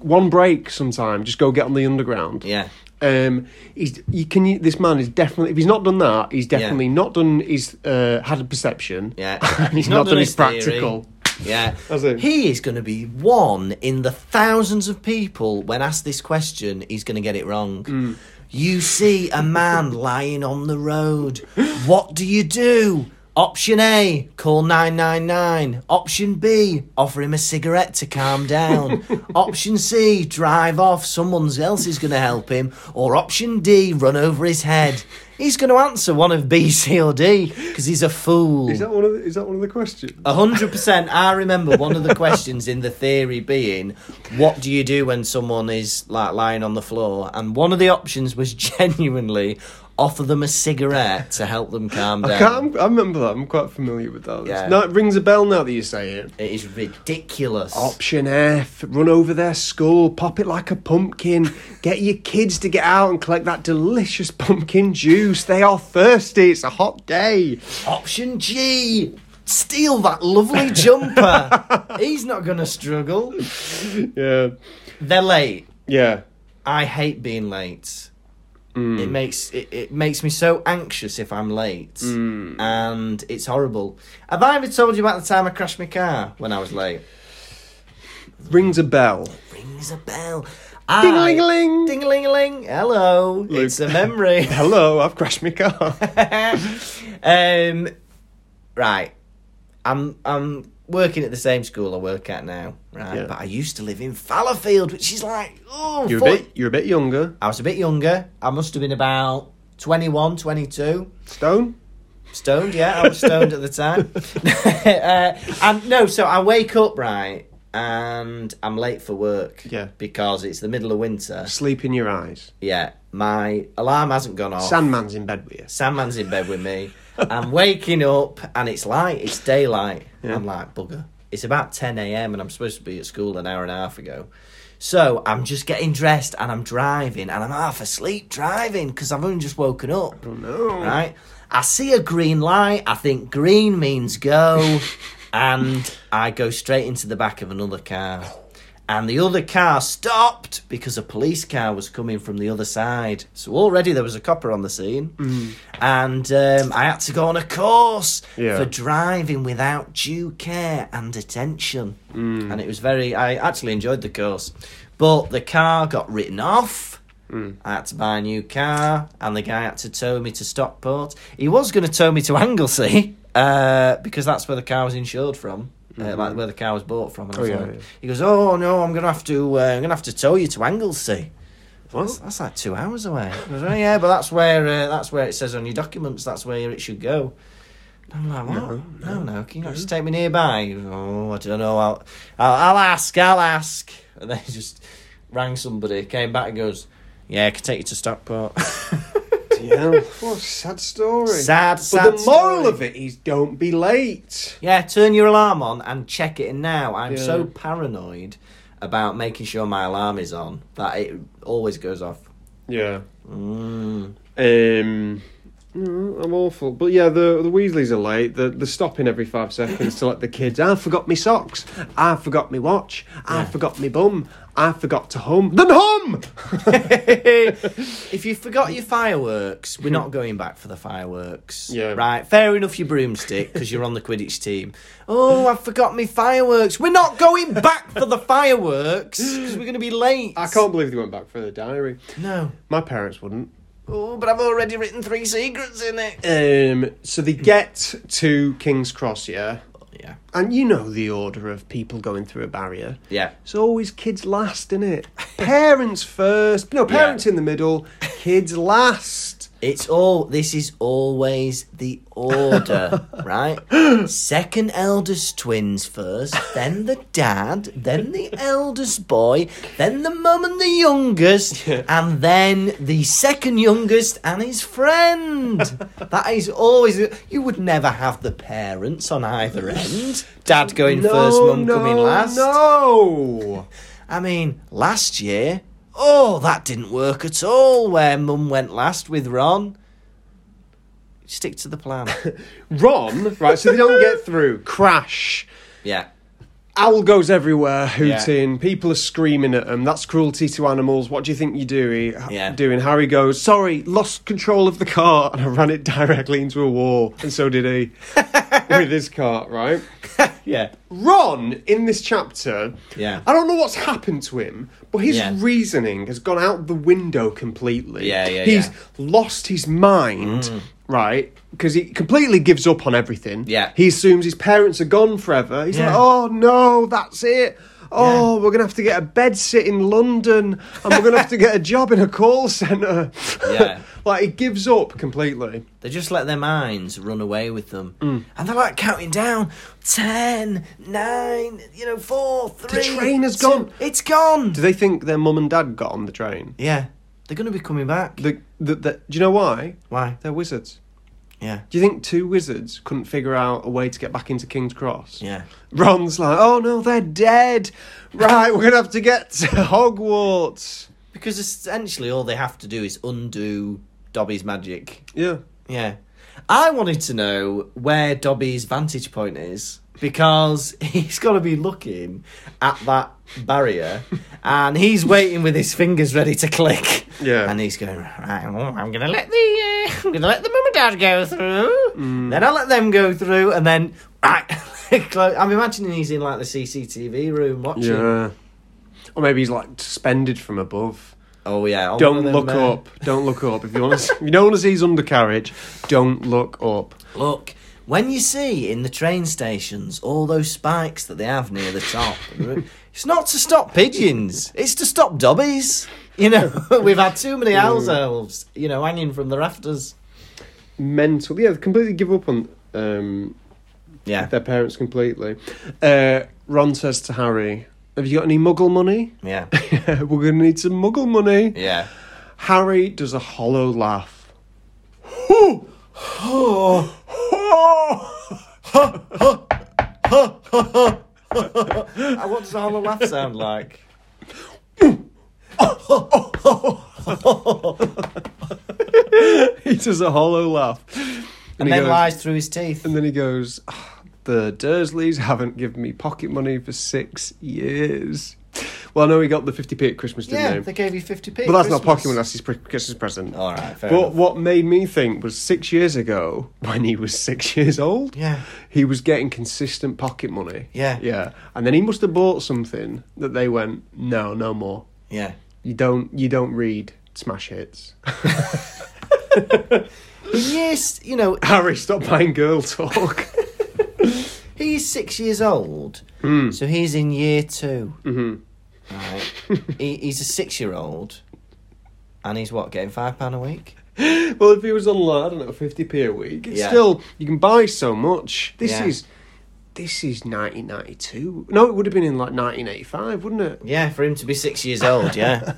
S1: One break sometime, just go get on the underground.
S2: Yeah.
S1: Um, he's you can you, this man is definitely if he's not done that he's definitely not done his uh, had a perception
S2: Yeah.
S1: and he's, not, done, his practical.
S2: theory. Yeah.
S1: That's it.
S2: He is going to be one in the thousands of people when asked this question, he's going to get it wrong.
S1: Hmm.
S2: You see a man lying on the road. What do you do? Option A, call 999. Option B, offer him a cigarette to calm down. option C, drive off. Someone else is going to help him. Or option D, run over his head. He's going to answer one of B, C, or D because he's a fool.
S1: Is that one of the, is that one of the questions?
S2: A hundred percent. I remember one of the questions in the theory being, "What do you do when someone is like lying on the floor?" And one of the options was genuinely offer them a cigarette to help them calm down.
S1: I can't. I remember that. I'm quite familiar with that.
S2: Yeah.
S1: No, it rings a bell now that you say it.
S2: It is ridiculous.
S1: Option F: run over their skull, pop it like a pumpkin, get your kids to get out and collect that delicious pumpkin juice. They are thirsty. It's a hot day.
S2: Option G. Steal that lovely jumper. He's not going to struggle.
S1: Yeah,
S2: They're late.
S1: yeah.
S2: I hate being late.
S1: Mm.
S2: It makes it, it makes me so anxious if I'm late,
S1: Mm.
S2: and it's horrible. Have I ever told you about the time I crashed my car when I was late?
S1: Rings a bell.
S2: Rings a bell.
S1: Ding-a-ling-a-ling.
S2: Ding a ling a ling. Hello. It's a memory.
S1: Hello, I've crashed my car.
S2: um, right. I'm I'm working at the same school I work at now. Right,
S1: Yeah.
S2: but I used to live in Fallowfield, which is like oh,
S1: You're a
S2: 40
S1: bit. You're a bit younger.
S2: I was a bit younger. I must have been about 21, 22.
S1: Stone.
S2: Stoned, yeah, I was stoned at the time. uh, and no, so I wake up right, and I'm late for work.
S1: Yeah.
S2: because it's the middle of winter.
S1: Sleep in your eyes.
S2: Yeah, my alarm hasn't gone off.
S1: Sandman's in bed with you.
S2: Sandman's in bed with me. I'm waking up, and it's light. It's daylight.
S1: Yeah.
S2: I'm like bugger. It's about 10 a.m. and I'm supposed to be at school an hour and a half ago. So I'm just getting dressed and I'm driving and I'm half asleep driving because I've only just woken up
S1: Oh, No.
S2: right? I see a green light. I think green means go, and I go straight into the back of another car. And the other car stopped because a police car was coming from the other side. So already there was a copper on the scene, and um, I had to go on a course
S1: Yeah.
S2: for driving without due care and attention.
S1: Mm.
S2: And it was very. I actually enjoyed the course, but the car got written off.
S1: Mm.
S2: I had to buy a new car, and the guy had to tow me to Stockport. He was going to tow me to Anglesey uh, because that's where the car was insured from, uh, like where the car was bought from. And
S1: Mm-hmm. Oh,
S2: I was
S1: yeah,
S2: like-
S1: yeah.
S2: He goes, "Oh no, I'm going to have to, uh, I'm going to have to tow you to Anglesey." That's,
S1: What?
S2: that's like two hours away. He goes, "Oh, yeah, but that's where uh, that's where it says on your documents. That's where it should go. And I'm like, what? No, no, can you not just take me nearby? He goes, Oh, I don't know. I'll, I'll, I'll ask. I'll ask. And then he just rang somebody, came back and goes, yeah, I can take you to Stockport.
S1: Yeah. What a sad story.
S2: sad,
S1: But
S2: sad.
S1: the moral
S2: story.
S1: of it is don't be late.
S2: Yeah, turn your alarm on and check it now. I'm
S1: Yeah.
S2: so paranoid about making sure my alarm is on that it always goes off.
S1: Yeah.
S2: Mm.
S1: Um, mm, I'm awful, but yeah, the the Weasleys are late. They're, they're stopping every five seconds to let the kids. I forgot me socks. I forgot me watch. I forgot me bum. I forgot to hum. Then hum.
S2: if you forgot your fireworks, we're not going back for the fireworks.
S1: Yeah.
S2: Right, fair enough, your broomstick, because you're on the Quidditch team. Oh, I forgot my fireworks. We're not going back for the fireworks, because we're going to be late.
S1: I can't believe they went back for the diary.
S2: No.
S1: My parents wouldn't.
S2: Oh, but I've already written three secrets in it.
S1: Um, so they get to King's Cross, yeah,
S2: Yeah.
S1: and you know the order of people going through a barrier.
S2: Yeah.
S1: It's always kids last, isn't it? parents first. No, parents in the middle. Kids last.
S2: It's all. This is always the order, right? Second eldest twins first, then the dad, then the eldest boy, then the mum and the youngest, and then the second youngest and his friend. that is always. You would never have the parents on either end. Dad going first, mum coming last.
S1: No.
S2: I mean, last year, oh, that didn't work at all where Mum went last with Ron. Stick to the plan.
S1: Ron, right, so they don't get through. Crash.
S2: yeah.
S1: Owl goes everywhere hooting. People are screaming at him. That's cruelty to animals. What do you think you're doing?
S2: Yeah.
S1: Doing. Harry goes, sorry, lost control of the car and I ran it directly into a wall. And so did he with his cart, right?
S2: Yeah.
S1: Ron in this chapter,
S2: Yeah.
S1: I don't know what's happened to him, but his
S2: Yeah.
S1: reasoning has gone out the window completely.
S2: Yeah, Mm. yeah,
S1: He's
S2: yeah.
S1: lost his mind, right? Because he completely gives up on everything.
S2: Yeah.
S1: he assumes his parents are gone forever. He's like,
S2: Yeah.
S1: oh no, that's it. Oh, we're gonna have to get a bed sit in London, and we're gonna have to get a job in a call centre.
S2: Yeah.
S1: like he gives up completely.
S2: They just let their minds run away with them.
S1: Mm.
S2: And they're like counting down 10, 9, you know, 4, 3.
S1: train has
S2: two-
S1: gone.
S2: It's gone.
S1: Do they think their mum and dad got on the train?
S2: yeah. They're going to be coming back.
S1: The, the, the, do you know why?
S2: Why?
S1: They're wizards.
S2: Yeah.
S1: Do you think two wizards couldn't figure out a way to get back into King's Cross?
S2: Yeah.
S1: Ron's like, oh no, they're dead. Right, we're gonna have to get to Hogwarts.
S2: Because essentially all they have to do is undo Dobby's magic.
S1: Yeah.
S2: Yeah. I wanted to know where Dobby's vantage point is because he's got to be looking at that barrier and he's waiting with his fingers ready to click.
S1: Yeah.
S2: And he's going, right, well, I'm going to let the uh, I'm going to let the mum and dad go through.
S1: Mm.
S2: Then I'll let them go through and then right. clo- I'm imagining he's in like the CCTV room watching.
S1: Yeah. Or maybe he's like suspended from above.
S2: Oh yeah. I'm
S1: Don't
S2: one of
S1: look
S2: them, uh,
S1: up. Don't look up. If you want, to, if you don't want to see his undercarriage, don't look up.
S2: Look, when you see in the train stations all those spikes that they have near the top, it's not to stop pigeons, it's to stop dobbies. You know, we've had too many house elves, you know, hanging from the rafters.
S1: Mental. Yeah, they completely give up on um,
S2: Yeah.
S1: their parents completely. Uh, Ron says to Harry, "Have you got any Muggle money?
S2: Yeah.
S1: we're gonna need some Muggle money."
S2: Yeah.
S1: Harry does a hollow laugh.
S2: Uh, What does the hollow laugh sound like?
S1: He does a hollow laugh.
S2: And
S1: he
S2: then
S1: goes,
S2: lies through his teeth.
S1: And then he goes, "Ah, The Dursleys haven't given me pocket money for six years. Well, I know he got the 50p at Christmas, didn't
S2: Yeah,
S1: he?
S2: they gave you 50p.
S1: but that's not pocket money,
S2: Christmas.
S1: that's his pre- Christmas present.
S2: All right, fair
S1: but
S2: enough.
S1: what made me think was six years ago, when he was six years old,
S2: Yeah.
S1: he was getting consistent pocket money.
S2: Yeah.
S1: Yeah. And then he must have bought something that they went, no, no more.
S2: Yeah.
S1: You don't, you don't read smash hits.
S2: Yes, you know,
S1: Harry, stop buying girl talk.
S2: He's six years old,
S1: Hmm.
S2: so he's in year 2 Mm-hmm. Right. he, he's a six-year-old, and he's what getting five pound a week?
S1: well, if he was on like I don't know fifty p a week, it's
S2: Yeah.
S1: still you can buy so much. This
S2: Yeah.
S1: is this is nineteen ninety two. No, it would have been in like nineteen eighty five, wouldn't it?
S2: Yeah, for him to be six years old. Yeah.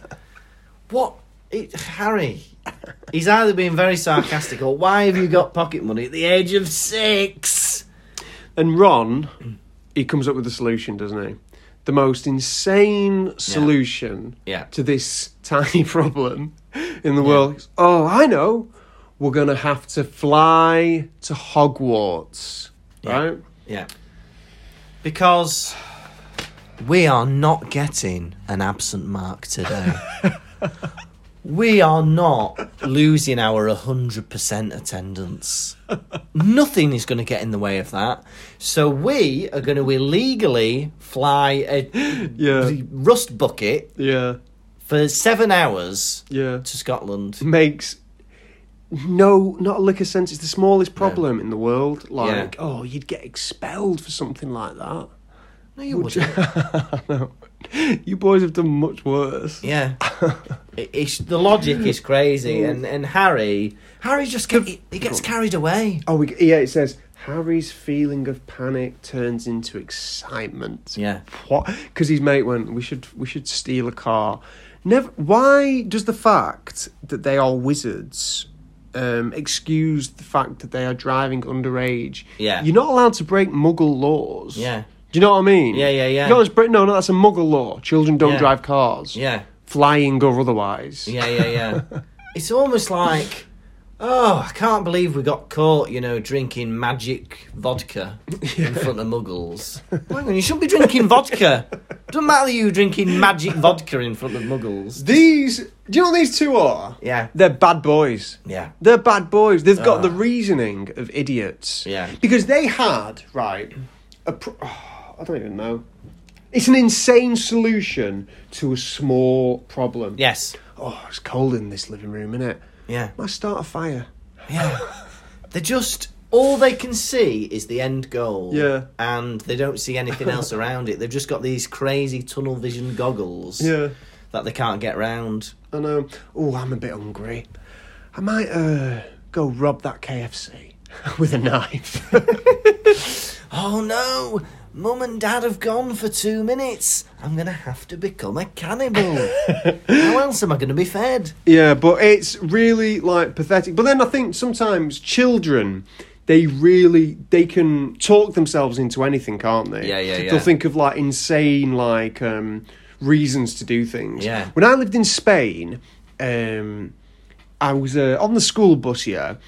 S2: what? It, Harry, he's either being very sarcastic or why have you got pocket money at the age of six?
S1: And Ron, he comes up with a solution, doesn't he? The most insane solution
S2: Yeah.
S1: to this tiny problem in the world. Oh, I know. We're gonna have to fly to Hogwarts, right?
S2: Yeah. Because we are not getting an absent mark today. we are not losing our 100% attendance. Nothing is going to get in the way of that. So we are going to illegally fly a
S1: Yeah,
S2: rust bucket
S1: yeah,
S2: for seven hours
S1: yeah.
S2: to Scotland.
S1: makes no not a lick of sense. It's the smallest problem in the world. Like,
S2: Yeah.
S1: oh, you'd get expelled for something like that.
S2: No, you wouldn't.
S1: no, you boys have done much worse.
S2: Yeah. It- it's, the logic is crazy, and, and Harry, Mm. Harry just get, he, he gets carried away.
S1: Oh, we, yeah. It says Harry's feeling of panic turns into excitement.
S2: Yeah.
S1: What? Because his mate went. We should. We should steal a car. Never. Why does the fact that they are wizards? Um, excuse the fact that they are driving underage.
S2: Yeah.
S1: You're not allowed to break Muggle laws.
S2: Yeah.
S1: Do you know what I mean?
S2: Yeah, yeah, yeah.
S1: You know, it's Brit- no, no, that's a Muggle law. Children don't
S2: Yeah.
S1: drive cars.
S2: Yeah,
S1: Flying or otherwise.
S2: yeah, yeah, yeah. it's almost like Oh, I can't believe we got caught, you know, drinking magic vodka in front of muggles. Hang on, you shouldn't be drinking vodka. Doesn't matter you drinking magic vodka in front of muggles.
S1: These, do you know what these two are?
S2: Yeah.
S1: They're bad boys.
S2: Yeah. Uh.
S1: They're bad boys. They've got the reasoning of idiots.
S2: Yeah.
S1: Because they had, right, a pr- I don't even know. It's an insane solution to a small problem.
S2: Yes.
S1: Oh, it's cold in this living room, innit?
S2: Yeah.
S1: Let's start a fire.
S2: Yeah. They're just all they can see is the end goal.
S1: Yeah.
S2: And they don't see anything else around it. They've just got these crazy tunnel vision goggles that they can't get round.
S1: I know. Oh, I'm a bit hungry. I might uh, go rob that KFC with a knife.
S2: Oh no! Mum and Dad have gone for two minutes. I'm gonna have to become a cannibal. How else am I gonna be fed?
S1: Yeah, but it's really like pathetic. But then I think sometimes children, they really they can talk themselves into anything, can't they?
S2: Yeah, yeah, yeah.
S1: They'll think of like insane like um, reasons to do things.
S2: Yeah.
S1: When I lived in Spain, um, I was uh, on the school bus here.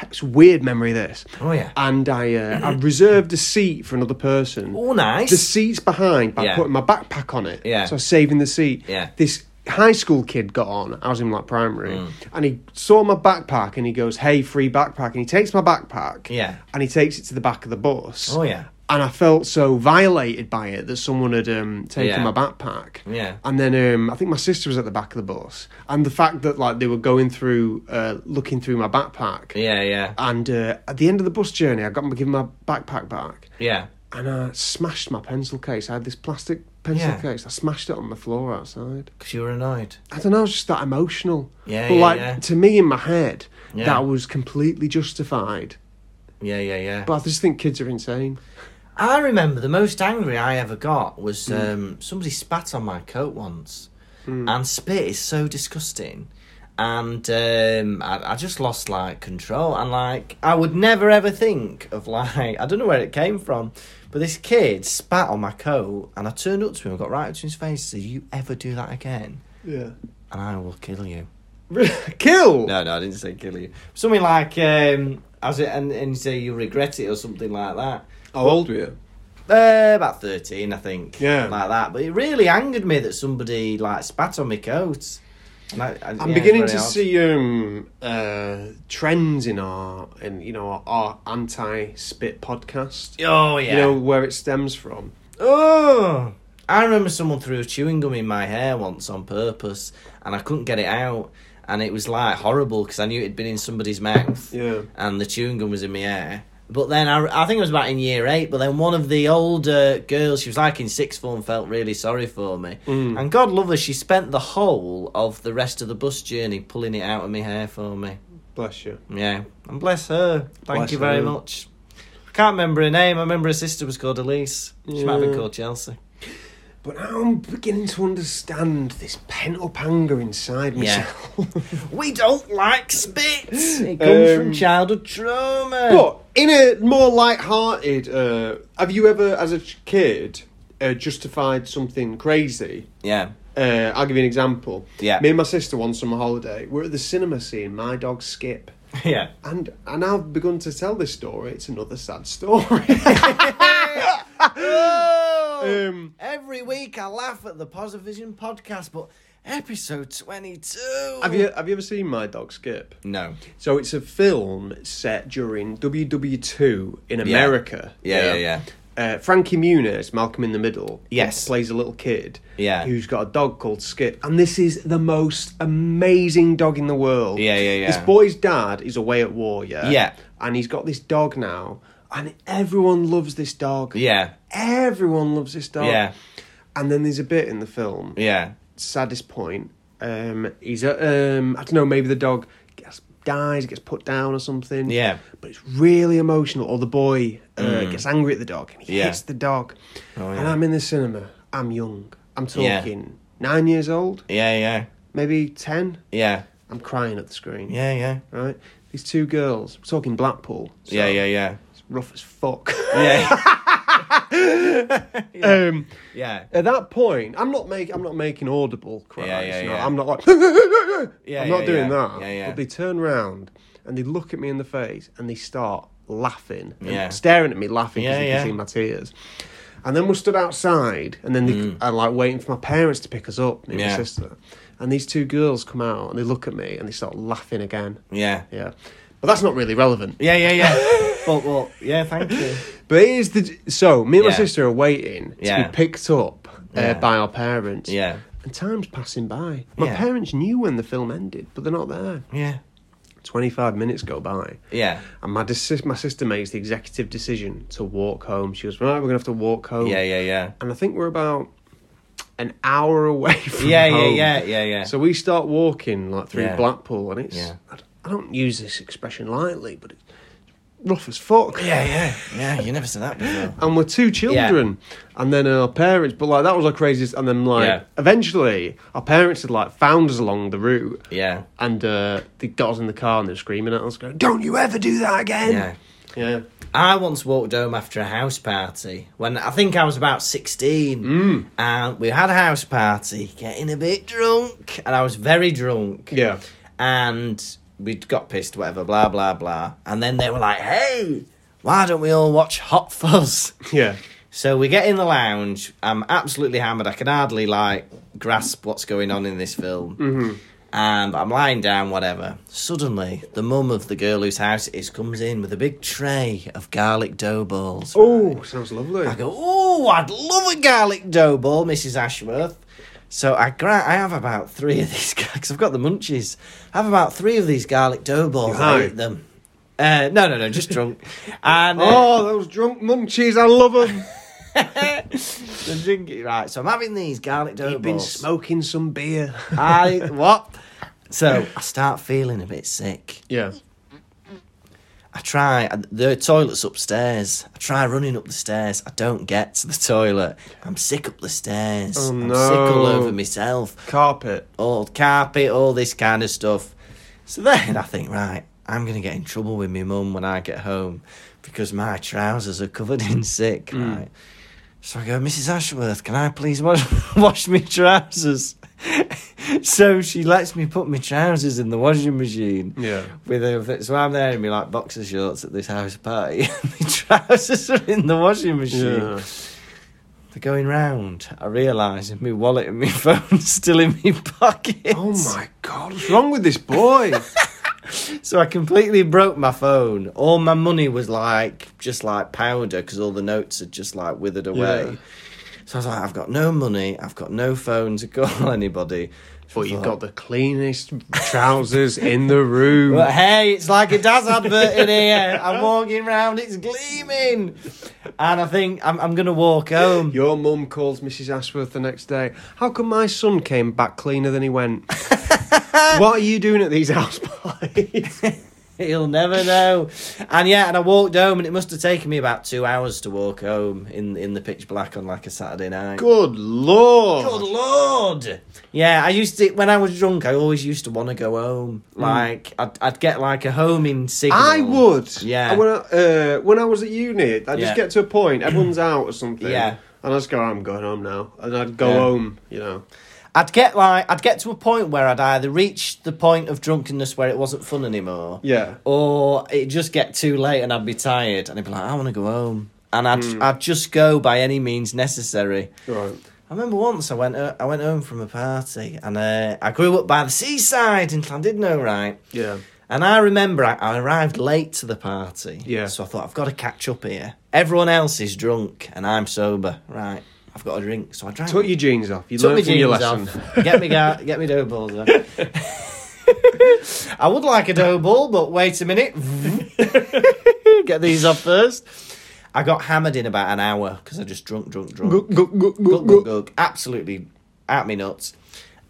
S1: It's a weird memory this.
S2: Oh, yeah.
S1: And I uh, I reserved a seat for another person.
S2: Oh, nice.
S1: The seat's behind by
S2: Yeah.
S1: putting my backpack on it.
S2: Yeah.
S1: So I was saving the seat.
S2: Yeah. Mm.
S1: This high school kid got on. I was in like primary, and he saw my backpack and he goes, "Hey, free backpack!" And he takes my backpack.
S2: Yeah.
S1: And he takes it to the back of the bus.
S2: Oh, yeah.
S1: And I felt so violated by it that someone had um, taken my
S2: Yeah.
S1: backpack.
S2: Yeah.
S1: And then um, I think my sister was at the back of the bus, and the fact that like they were going through, uh, looking through my backpack.
S2: Yeah, yeah,
S1: And uh, at the end of the bus journey, I got given my backpack back
S2: yeah.
S1: and I smashed my pencil case. I had this plastic pencil
S2: Yeah.
S1: case. I smashed it on the floor outside.
S2: Because you were annoyed.
S1: I don't know. I was just that emotional.
S2: Yeah,
S1: but
S2: yeah,
S1: like
S2: yeah.
S1: to me in my head,
S2: Yeah.
S1: that was completely justified.
S2: Yeah, yeah, yeah.
S1: But I just think kids are insane.
S2: I remember the most angry I ever got was um, somebody spat on my coat once, and spit is so disgusting, and um, I, I just lost like control and like I would never ever think of like I don't know where it came from, but this kid spat on my coat and I turned up to him and got right up to his face and said, "You ever do that again,
S1: Yeah.
S2: and I will kill you."
S1: Kill.
S2: No, no, I didn't say kill you. Something like um, as it and, and you say you regret it or something like that.
S1: How old were you?
S2: Uh, about 13, I think.
S1: Yeah.
S2: Like that. But it really angered me that somebody, like, spat on my coat. And I, I- yeah,
S1: I'm
S2: it's
S1: beginning
S2: very
S1: to
S2: odd.
S1: see um, uh, trends in our in you know our, our anti spit podcast.
S2: Oh, yeah.
S1: You know where it stems from.
S2: oh! I remember someone threw a chewing gum in my hair once on purpose, and I couldn't get it out. And it was, like, horrible because I knew it had been in somebody's mouth.
S1: Yeah.
S2: and the chewing gum was in my hair. But then I, I think it was about in year eight. But then one of the older girls, she was like in sixth form, felt really sorry for me.
S1: Mm.
S2: And God love her, she spent the whole of the rest of the bus journey pulling it out of my hair for me.
S1: Bless you.
S2: Yeah, and bless her. Thank
S1: Bless
S2: you very
S1: her.
S2: much. I can't remember her name. I remember her sister was called Elise. She might have been
S1: Yeah.
S2: called Chelsea.
S1: But now I'm beginning to understand this pent up anger inside
S2: Yeah.
S1: myself.
S2: We don't like spits. It comes
S1: Um,
S2: from childhood trauma.
S1: But in a more light-hearted, uh, have you ever, as a ch- kid, uh, justified something crazy?
S2: Yeah.
S1: Uh, I'll give you an example.
S2: Yeah.
S1: Me and my sister once on my holiday, we're at the cinema seeing My Dog Skip.
S2: Yeah.
S1: And and I've begun to tell this story. It's another sad story. um,
S2: Oh! Every week I laugh at the Posivision podcast, but episode 22.
S1: have you have you ever seen My Dog Skip?
S2: No.
S1: So it's a film set during WW2 in America.
S2: Yeah, yeah, yeah.
S1: Uh, Frankie Muniz, Malcolm in the Middle,
S2: Yes.
S1: plays a little kid,
S2: Yeah.
S1: who's got a dog called Skip, and this is the most amazing dog in the world.
S2: Yeah, yeah, yeah.
S1: This boy's dad is away at war, yeah,
S2: Yeah.
S1: and he's got this dog now, and everyone loves this dog.
S2: Yeah.
S1: everyone loves this dog.
S2: Yeah.
S1: and then there's a bit in the film
S2: Yeah.
S1: saddest point. Um, he's at, um, I don't know, maybe the dog gets, dies, gets put down or something.
S2: Yeah. Mm.
S1: But it's really emotional. Or the boy uh, gets angry at the dog and he
S2: Yeah. Oh,
S1: hits the dog. And
S2: yeah.
S1: I'm in the cinema. I'm young. I'm
S2: Yeah.
S1: talking nine years old,
S2: Yeah, yeah.
S1: maybe ten.
S2: Yeah.
S1: I'm crying at the screen.
S2: Yeah, yeah.
S1: Right? These two girls, we're talking Blackpool. so
S2: Yeah, yeah, yeah.
S1: It's rough as fuck.
S2: Yeah.
S1: um,
S2: Yeah.
S1: at that point, I'm not making I'm not making audible cries.
S2: Yeah, yeah,
S1: you know,
S2: yeah.
S1: I'm not like
S2: Yeah,
S1: I'm not
S2: yeah,
S1: doing
S2: yeah.
S1: that.
S2: Yeah, yeah.
S1: But they turn round and they look at me in the face and they start laughing, and
S2: Yeah.
S1: staring at me laughing because
S2: Yeah,
S1: they
S2: yeah.
S1: can see my tears. And then we stood outside, and then they, and like waiting for my parents to pick us up, me and
S2: Mm. Yeah.
S1: my sister. And these two girls come out and they look at me and they start laughing again.
S2: Yeah.
S1: Yeah, but that's not really relevant.
S2: Yeah, yeah, yeah. but well, yeah, thank you.
S1: But it is the so me and my
S2: Yeah.
S1: sister are waiting to
S2: Yeah.
S1: be picked up uh,
S2: Yeah.
S1: by our parents.
S2: Yeah.
S1: and time's passing by. My
S2: Yeah.
S1: parents knew when the film ended, but they're not there.
S2: Yeah.
S1: Twenty-five minutes go by.
S2: Yeah.
S1: And my, dis- my sister makes the executive decision to walk home. She goes, right, we're going to have to walk home.
S2: Yeah, yeah, yeah.
S1: And I think we're about an hour away from
S2: Yeah, yeah,
S1: home.
S2: yeah, yeah, yeah.
S1: So we start walking like through
S2: Yeah.
S1: Blackpool, and it's.
S2: Yeah.
S1: I d- I don't use this expression lightly, but it's rough as fuck.
S2: yeah, yeah, yeah. You never said that before.
S1: And we're two children, and then our parents. But like that was our craziest. And then like
S2: Yeah.
S1: eventually, our parents had like found us along the route,
S2: Yeah.
S1: and uh, they got us in the car and they were screaming at us, going, "Don't you ever do that again!"
S2: Yeah.
S1: yeah.
S2: I once walked home after a house party when I think I was about 16. Mm. And we had a house party, getting a bit drunk. And I was very drunk.
S1: Yeah.
S2: And we got pissed, whatever, blah, blah, blah. And then they were like, hey, why don't we all watch Hot Fuzz?
S1: Yeah.
S2: So we get in the lounge. I'm absolutely hammered. I can hardly like grasp what's going on in this film. Mm-hmm. And I'm lying down, whatever. Suddenly, the mum of the girl whose house it is comes in with a big tray of garlic dough balls.
S1: Oh, sounds lovely.
S2: I go, oh, I'd love a garlic dough ball, Mrs. Ashworth. So I gra- I have about three of these because I've got the munchies. I have about three of these garlic dough balls. I
S1: high?
S2: eat them. Uh, no, no, no, just drunk. And uh,
S1: Oh, those drunk munchies, I love them.
S2: the drinking right. So I'm having these garlic dough
S1: You've been
S2: balls.
S1: smoking some beer.
S2: I what? So I start feeling a bit sick.
S1: yeah.
S2: I try the toilet's upstairs. I try running up the stairs. I don't get to the toilet. I'm sick up the stairs.
S1: Oh,
S2: I'm
S1: no.
S2: sick all over myself.
S1: Carpet.
S2: old carpet, all this kind of stuff. So then I think, right, I'm going to get in trouble with my mum when I get home because my trousers are covered in sick,
S1: Hmm.
S2: right? So I go, Mrs. Ashworth, can I please wash, wash my trousers? so she lets me put my trousers in the washing machine.
S1: Yeah.
S2: With a, so I'm there in my like boxer shorts at this house party. my trousers are in the washing machine.
S1: Yeah.
S2: They're going round. I realise my wallet and my phone's still in my pocket.
S1: Oh my god, what's wrong with this boy?
S2: So I completely broke my phone. All my money was like just like powder because all the notes had just like withered away.
S1: Yeah.
S2: So I was like, I've got no money. I've got no phone to call anybody. So I
S1: but you've got
S2: thought,
S1: the cleanest trousers in the room.
S2: But hey, it's like a Daz advert in here. I'm walking round. It's gleaming, and I think I'm, I'm gonna walk home.
S1: Your mum calls Mrs. Ashworth the next day. How come my son came back cleaner than he went? what are you doing at these house parties?
S2: He'll never know. And yeah, and I walked home, and it must have taken me about two hours to walk home in in the pitch black on like a Saturday night.
S1: Good lord.
S2: Good lord! Yeah, I used to when I was drunk. I always used to want to go home. Like I'd, I'd get like a homing signal.
S1: Hmm. I would.
S2: Yeah.
S1: When I, uh, when I was at uni, I just
S2: Yeah.
S1: get to a point, everyone's out or something.
S2: Yeah.
S1: And I just go, I'm going home now. And I'd go
S2: Yeah.
S1: home, you know.
S2: I'd get like I'd get to a point where I'd either reach the point of drunkenness where it wasn't fun anymore.
S1: Yeah.
S2: Or it'd just get too late and I'd be tired and I'd be like, I want to go home. And I'd,
S1: Hmm.
S2: I'd just go by any means necessary.
S1: Right.
S2: I remember once I went I went home from a party and uh, I grew up by the seaside in Llandudno, right?
S1: Yeah.
S2: And I remember I, I arrived late to the party.
S1: Yeah.
S2: So I thought I've got to catch up here. Everyone else is drunk and I'm sober, right? I've got a drink, so I drank.
S1: Took your jeans off. You
S2: Took my
S1: learned from your
S2: jeans
S1: lesson.
S2: off. Get me gar- get me dough balls. Off. I would like a dough ball, but wait a minute. get these off first. I got hammered in about an hour because I just drunk, drunk, drunk
S1: Go, go, go, go,
S2: gug, gug,
S1: go.
S2: gug, absolutely at me nuts.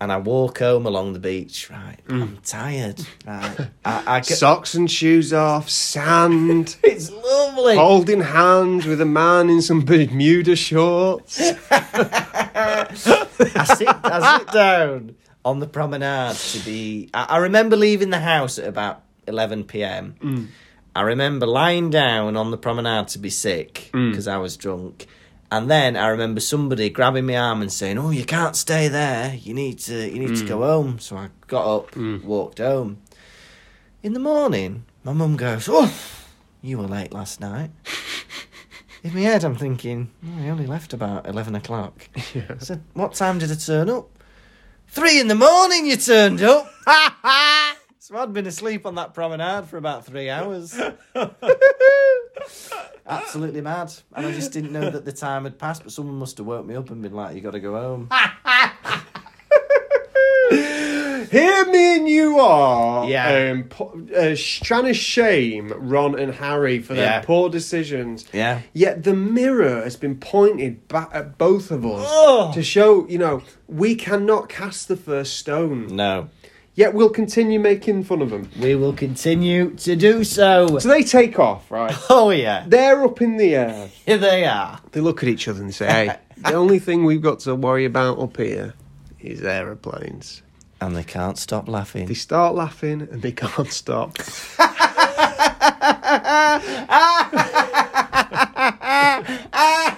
S2: And I walk home along the beach, right?
S1: Mm.
S2: I'm tired, right? I, I ca-
S1: Socks and shoes off, sand,
S2: it's lovely.
S1: holding hands with a man in some Bermuda shorts.
S2: I, sit, I sit down on the promenade to be. I, I remember leaving the house at about 11 pm. I remember lying down on the promenade to be sick because I was drunk. And then I remember somebody grabbing my arm and saying, "Oh, you can't stay there. You need to. You need to go home." So I got up, walked home. In the morning, my mum goes, "Oh, you were late last night." In my head, I'm thinking, "Oh, "I only left about eleven o'clock." I said, "What time did I turn up?" Three in the morning, you turned up. so I'd been asleep on that promenade for about three hours. Absolutely mad, and I just didn't know that the time had passed. But someone must have woke me up and been like, "You got to go home."
S1: Here me and you are.
S2: Yeah.
S1: Um, po- uh, sh- trying to shame Ron and Harry for their
S2: Yeah.
S1: poor decisions.
S2: Yeah.
S1: Yet the mirror has been pointed back at both of us
S2: Oh.
S1: to show, you know, we cannot cast the first stone.
S2: No,
S1: Yet we'll continue making fun of them.
S2: we will continue to do so.
S1: So they take off, right?
S2: Oh yeah,
S1: They're up in the air.
S2: here they are.
S1: They look at each other and say, hey, the only thing we've got to worry about up here is aeroplanes.
S2: And they can't stop
S1: They
S2: laughing.
S1: start laughing and they can't stop.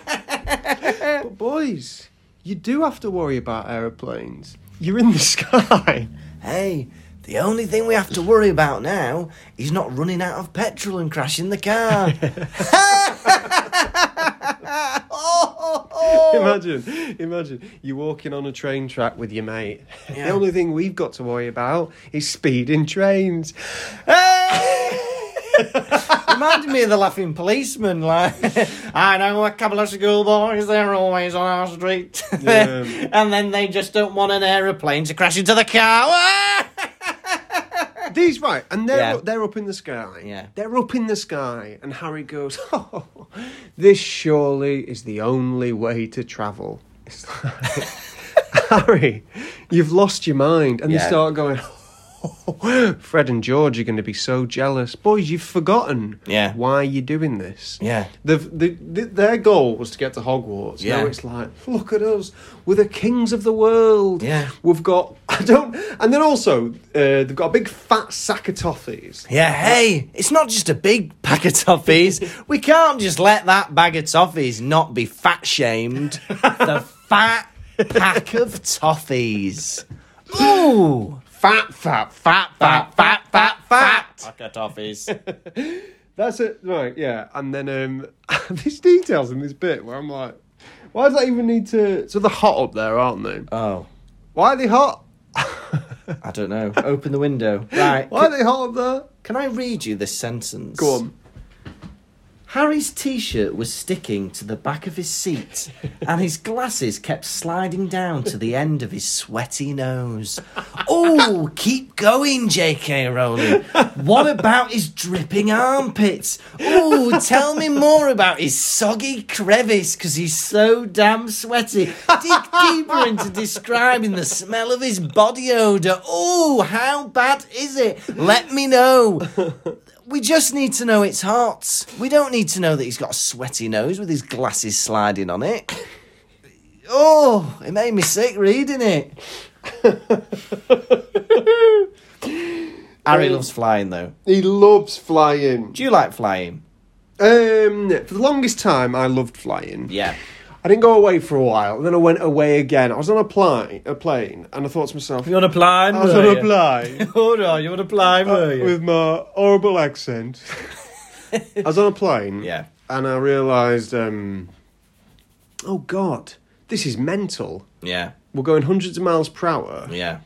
S1: but boys, you do have to worry about aeroplanes. You're in the sky.
S2: Hey, the only thing we have to worry about now is not running out of petrol and crashing the car.
S1: Imagine, imagine you're walking on a train track with your mate. The
S2: Yeah.
S1: only thing we've got to worry about is speeding trains.
S2: Reminded me of the laughing policeman. Like, I know a couple of schoolboys, they're always on our street.
S1: Yeah.
S2: and then they just don't want an aeroplane to crash into the car.
S1: These right, and they're
S2: Yeah.
S1: they're up in the sky.
S2: Yeah.
S1: they're up in the sky, and Harry goes, "Oh, this surely is the only way to travel." It's like, Harry, you've lost your mind, and they
S2: Yeah.
S1: start going. Fred and George are going to be so jealous, boys. You've forgotten
S2: Yeah.
S1: why you're doing this.
S2: Yeah.
S1: They've, the the their goal was to get to Hogwarts.
S2: Yeah.
S1: Now it's like, look at us, we're the kings of the world.
S2: Yeah.
S1: We've got I don't, and then also uh, they've got a big fat sack of toffees.
S2: Yeah, hey, it's not just a big pack of toffees. we can't just let that bag of toffees not be fat shamed. the fat pack of toffees. Ooh,
S1: Fat, fat, fat.
S2: fat, fat, fat, fat, fat. Pack of toffees.
S1: That's it, right? Yeah, and then um, there's details in this bit where I'm like, why does that even need to? So they're hot up there, aren't they?
S2: Oh,
S1: Why are they hot?
S2: I don't know. Open the window. Right.
S1: Why are
S2: Can,
S1: they hot up there?
S2: can I read you this sentence?
S1: Go on.
S2: Harry's t shirt was sticking to the back of his seat, and his glasses kept sliding down to the end of his sweaty nose. Oh, keep going, J.K. Rowling. What about his dripping armpits? Oh, tell me more about his soggy crevice because he's so damn sweaty. Dig deeper into describing the smell of his body odour. Oh, how bad is it? Let me know. We just need to know it's hot. We don't need to know that he's got a sweaty nose with his glasses sliding on it. Oh, it made me sick reading it. Harry loves flying though.
S1: He loves flying.
S2: Do you like flying?
S1: Um, for the longest time, I loved flying.
S2: Yeah.
S1: I didn't go away for a while, and then I went away again. I was on a, pli- a plane, and I thought to myself,
S2: You want to fly?
S1: I was on a plane.
S2: Hold on, you want to fly? were you?
S1: with my horrible accent. I was on a plane.
S2: Yeah.
S1: And I realised, um, oh God, this is mental.
S2: Yeah,
S1: We're going hundreds of miles per hour,
S2: yeah,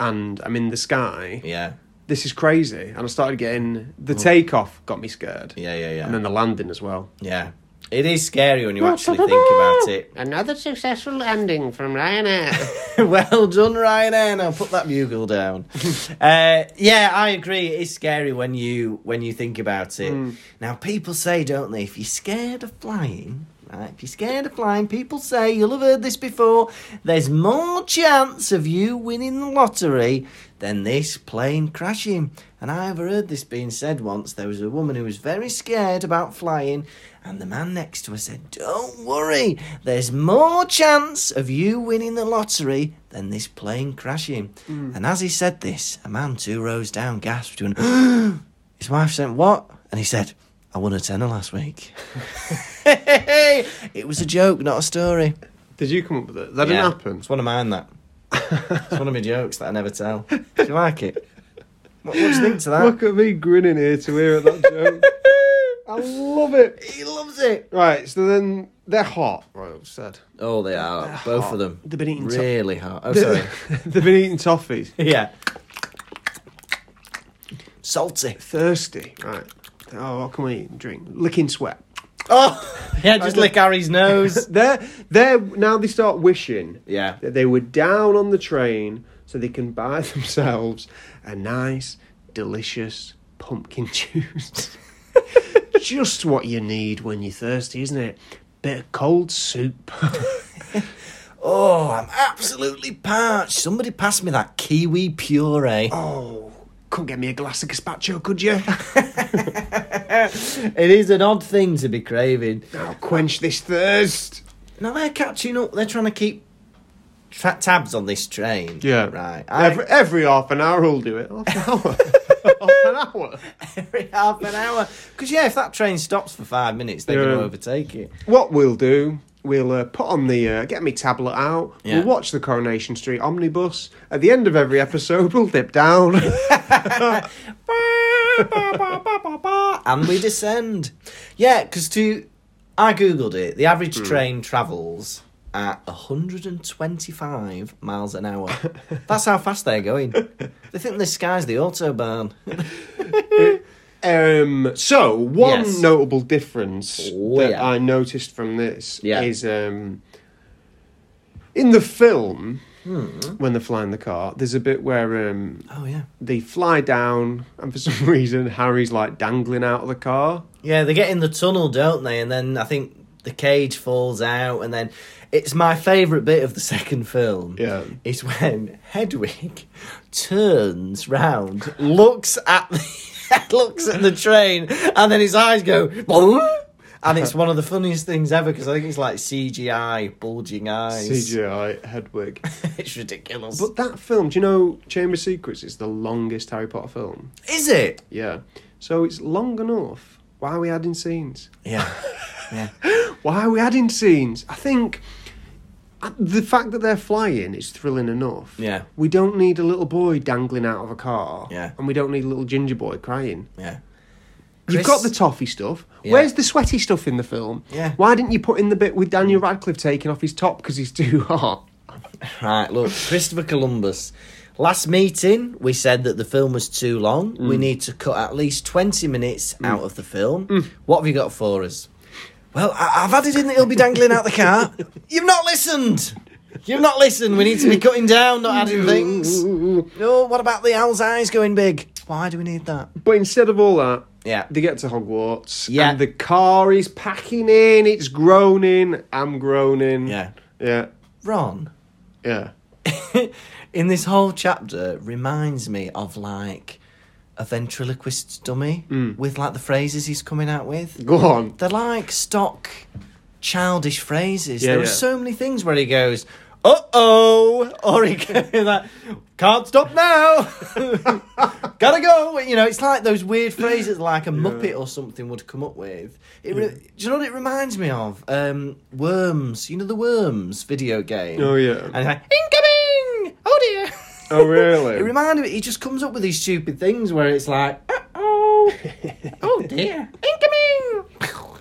S1: and I'm in the sky.
S2: yeah, Oh.
S1: This is crazy. And I started getting the takeoff got me scared,
S2: yeah, yeah, yeah.
S1: and then the landing as well.
S2: yeah. It is scary when you actually think about it.
S1: Another successful landing from Ryanair.
S2: well done, Ryanair. Now put that bugle down. uh, yeah, I agree. It is scary when you when you think about it. Now people say, don't they? If you're scared of flying, right? If you're scared of flying, people say you'll have heard this before. There's more chance of you winning the lottery than this plane crashing. And I overheard this being said once. There was a woman who was very scared about flying, and the man next to her said, Don't worry, there's more chance of you winning the lottery than this plane crashing. And as he said this, a man two rows down gasped and his wife said, What? And he said, I won a tenner last week. it was a joke, not a story.
S1: Did you come up with it? That
S2: Yeah.
S1: didn't happen.
S2: It's one of mine, that. it's one of my jokes that I never tell. Do you like it?
S4: What, what do you think to that?
S1: Look at me grinning ear to ear at that joke. I love it.
S2: He loves it.
S1: Right, so then they're hot. Right, I've said.
S2: Oh, they are both
S1: hot.
S2: of them.
S1: They've been eating to-
S2: really hot. Oh, sorry.
S1: They've been eating toffees.
S2: yeah. Salty.
S1: Thirsty. Right. Oh, what can we eat? and Drink. Licking sweat.
S2: Oh, yeah. Just lick Harry's nose.
S1: They're they're now they start wishing
S2: Yeah.
S1: that they were down on the train so they can buy themselves a nice, delicious pumpkin juice. Just what you need when you're thirsty, isn't it? Bit of cold soup.
S2: Oh, I'm absolutely parched. Somebody pass me that kiwi puree.
S1: oh, could get me a glass of gazpacho, could you?
S2: It is an odd thing to be craving.
S1: I'll quench this thirst.
S2: Now they're catching up. They're trying to keep tra- tabs on this train.
S1: Yeah.
S2: Right.
S1: Every, every half an hour will do it. Half an hour. half an hour.
S2: every half an hour. Because yeah, if that train stops for five minutes, they're going
S1: Yeah.
S2: to overtake it.
S1: What we'll do, we'll uh, put on the uh, get me tablet out.
S2: Yeah.
S1: We'll watch the Coronation Street omnibus. At the end of every episode, we'll dip down.
S2: and we descend. Yeah, because to I googled it. The average train travels at 125 miles an hour. That's how fast they're going. They think this sky's the autobahn.
S1: um, so one
S2: Yes.
S1: notable difference
S2: Oh,
S1: that
S2: yeah.
S1: I noticed from this
S2: Yeah.
S1: is um, in the film when they're flying the car. There's a bit where um,
S2: Oh yeah.
S1: they fly down, and for some reason, Harry's like dangling out of the car.
S2: Yeah, they get in the tunnel, don't they? And then I think the cage falls out, and then it's my favourite bit of the second film.
S1: Yeah.
S2: is when Hedwig turns round, looks at the looks at the train, and then his eyes go. "Boom," And it's one of the funniest things ever because I think it's like CGI bulging eyes.
S1: CGI Hedwig.
S2: It's ridiculous.
S1: But that film, do you know Chamber of Secrets is the longest Harry Potter film?
S2: is it?
S1: Yeah. So it's long enough. Why are we adding scenes?
S2: Yeah. Yeah.
S1: Why are we adding scenes? I think uh, the fact that they're flying is thrilling enough.
S2: Yeah.
S1: We don't need a little boy dangling out of a car.
S2: Yeah.
S1: And we don't need a little ginger boy crying.
S2: Yeah.
S1: You've
S2: Chris-
S1: got the toffee stuff.
S2: Yeah.
S1: Where's the sweaty stuff in the film?
S2: Yeah. Mm.
S1: Why didn't you put in the bit with Daniel Radcliffe taking off his top because he's too hot?
S2: Right, look, Christopher Columbus. Last meeting, we said that the film was too long. We need to cut at least 20 minutes out of the film. What have you got for us? Well, I- I've added in that he'll be dangling out the car. You've not listened. You've not listened. We need to be cutting down, not adding things. No, what about the owl's eyes going big? Why do we need that?
S1: But instead of all that,
S2: Yeah.
S1: they get to Hogwarts.
S2: Yeah.
S1: And the car is packing in, it's groaning, I'm groaning.
S2: Yeah.
S1: Yeah.
S2: Ron,
S1: Yeah.
S2: in this whole chapter, reminds me of like a ventriloquist dummy with like the phrases he's coming out with.
S1: Go on.
S2: they're like stock childish phrases.
S1: Yeah,
S2: there are
S1: yeah.
S2: so many things where he goes, uh oh, or he goes like, can't stop now, gotta go. You know, it's like those weird phrases like a Muppet or something would come up with. It re- Do you know what it reminds me of? Um, worms, you know, the Worms video game.
S1: Oh, yeah.
S2: And he's like, incoming! Oh dear!
S1: Oh, really?
S2: It reminded me, he just comes up with these stupid things where it's like, uh oh, oh dear, incoming!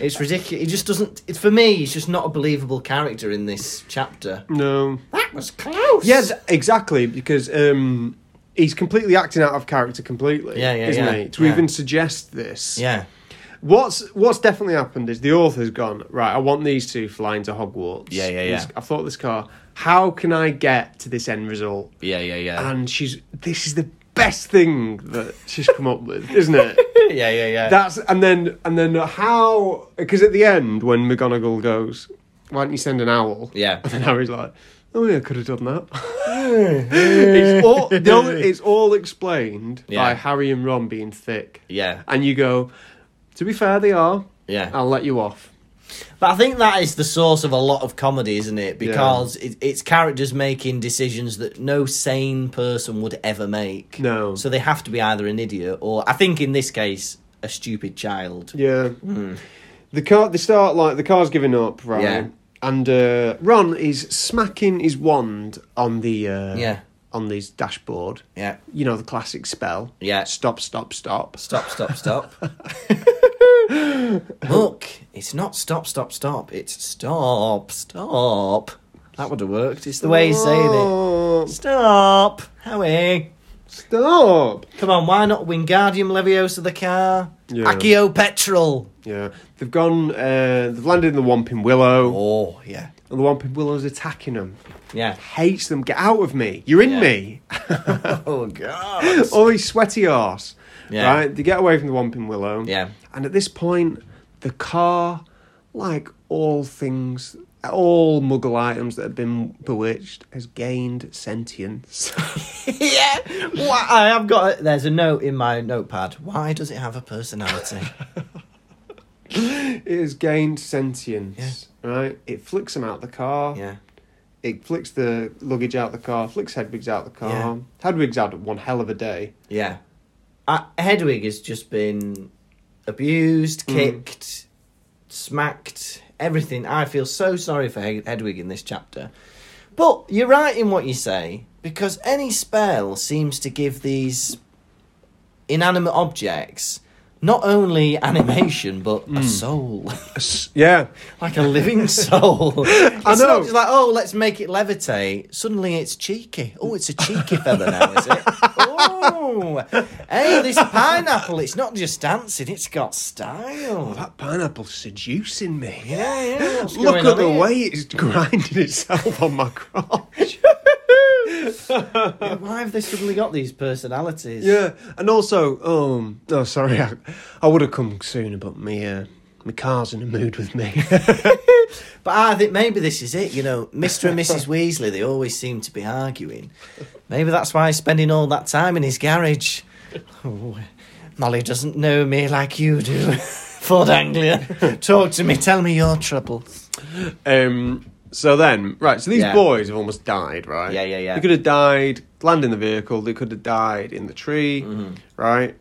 S2: It's ridiculous. It just doesn't, it, for me, he's just not a believable character in this chapter.
S1: no.
S2: That was close!
S1: Yeah, th- exactly, because um, he's completely acting out of character completely.
S2: Yeah, yeah,
S1: Isn't
S2: yeah.
S1: he? To
S2: Yeah.
S1: even suggest this.
S2: Yeah.
S1: What's what's definitely happened is the author's gone right. I want these two flying to Hogwarts.
S2: Yeah, yeah, yeah.
S1: I thought this car. How can I get to this end result?
S2: Yeah, yeah, yeah.
S1: And she's this is the best thing that she's come up with, isn't it?
S2: yeah, yeah, yeah.
S1: That's and then and then how? Because at the end when McGonagall goes, why don't you send an owl?
S2: Yeah.
S1: and then Harry's like, oh yeah, I could have done that. it's all the only- it's all explained by
S2: Yeah.
S1: Harry and Ron being thick.
S2: yeah,
S1: And you go, to be fair, they are.
S2: yeah.
S1: I'll let you off.
S2: But I think that is the source of a lot of comedy, isn't it? Because it, it's characters making decisions that no sane person would ever make.
S1: No.
S2: So they have to be either an idiot or, I think in this case, a stupid child.
S1: Yeah. The car. They start like the car's giving up, right?
S2: Hmm. Yeah.
S1: And uh, Ron is smacking his wand on the uh,
S2: Yeah.
S1: on these dashboard.
S2: Yeah.
S1: You know the classic spell.
S2: Yeah.
S1: Stop, stop, stop.
S2: Stop, stop, stop. Look, it's not stop, stop, stop. It's stop, stop. That would have worked. It's the way he's saying
S1: Stop.
S2: it. Stop, Howie.
S1: Stop.
S2: Come on, why not Wingardium Leviosa the car?
S1: Yeah.
S2: Accio Petrol.
S1: Yeah. They've gone. Uh, they've landed in the Wampin Willow,
S2: Oh, yeah.
S1: and the Wampin Willow's attacking them.
S2: Yeah.
S1: Hates them. Get out of me. You're in
S2: Yeah.
S1: me.
S2: Oh, God.
S1: Oi, sweaty arse.
S2: Yeah.
S1: Right? They get away from the Wampin Willow.
S2: Yeah.
S1: And at this point, the car, like all things, all muggle items that have been bewitched, has gained sentience.
S2: yeah. Why, I have got. A, there's a note in my notepad. Why does it have a personality?
S1: it has gained sentience. Right? It flicks him out the car.
S2: yeah.
S1: It flicks the luggage out the car, flicks Hedwig's out the car.
S2: Yeah.
S1: Hedwig's had one hell of a day.
S2: Yeah. Uh, Hedwig has just been abused, kicked, smacked, everything. I feel so sorry for Hed- Hedwig in this chapter. But you're right in what you say, because any spell seems to give these inanimate objects not only animation, but a soul.
S1: Yeah.
S2: like a living soul. It's
S1: I know.
S2: Not just like, oh, let's make it levitate. Suddenly it's cheeky. Oh, it's a cheeky feather now, is it? oh, hey, this pineapple, it's not just dancing, it's got style.
S1: Oh, That pineapple's seducing me.
S2: Yeah, yeah. what's
S1: Look
S2: going
S1: at
S2: on
S1: the
S2: here?
S1: way it's grinding itself on my crotch.
S2: Why have they suddenly got these personalities?
S1: yeah, and also, um, oh, sorry, I, I would have come sooner, but me, uh, my car's in a mood with me.
S2: But I think maybe this is it, you know, Mr. and Mrs. Weasley, they always seem to be arguing. Maybe that's why he's spending all that time in his garage. Oh, Molly doesn't know me like you do. Ford Anglia, talk to me, tell me your troubles.
S1: um, so then, right, so these
S2: Yeah.
S1: boys have almost died, right?
S2: Yeah, yeah, yeah.
S1: They could have died, land in the vehicle. They could have died in the tree,
S2: Mm-hmm.
S1: right?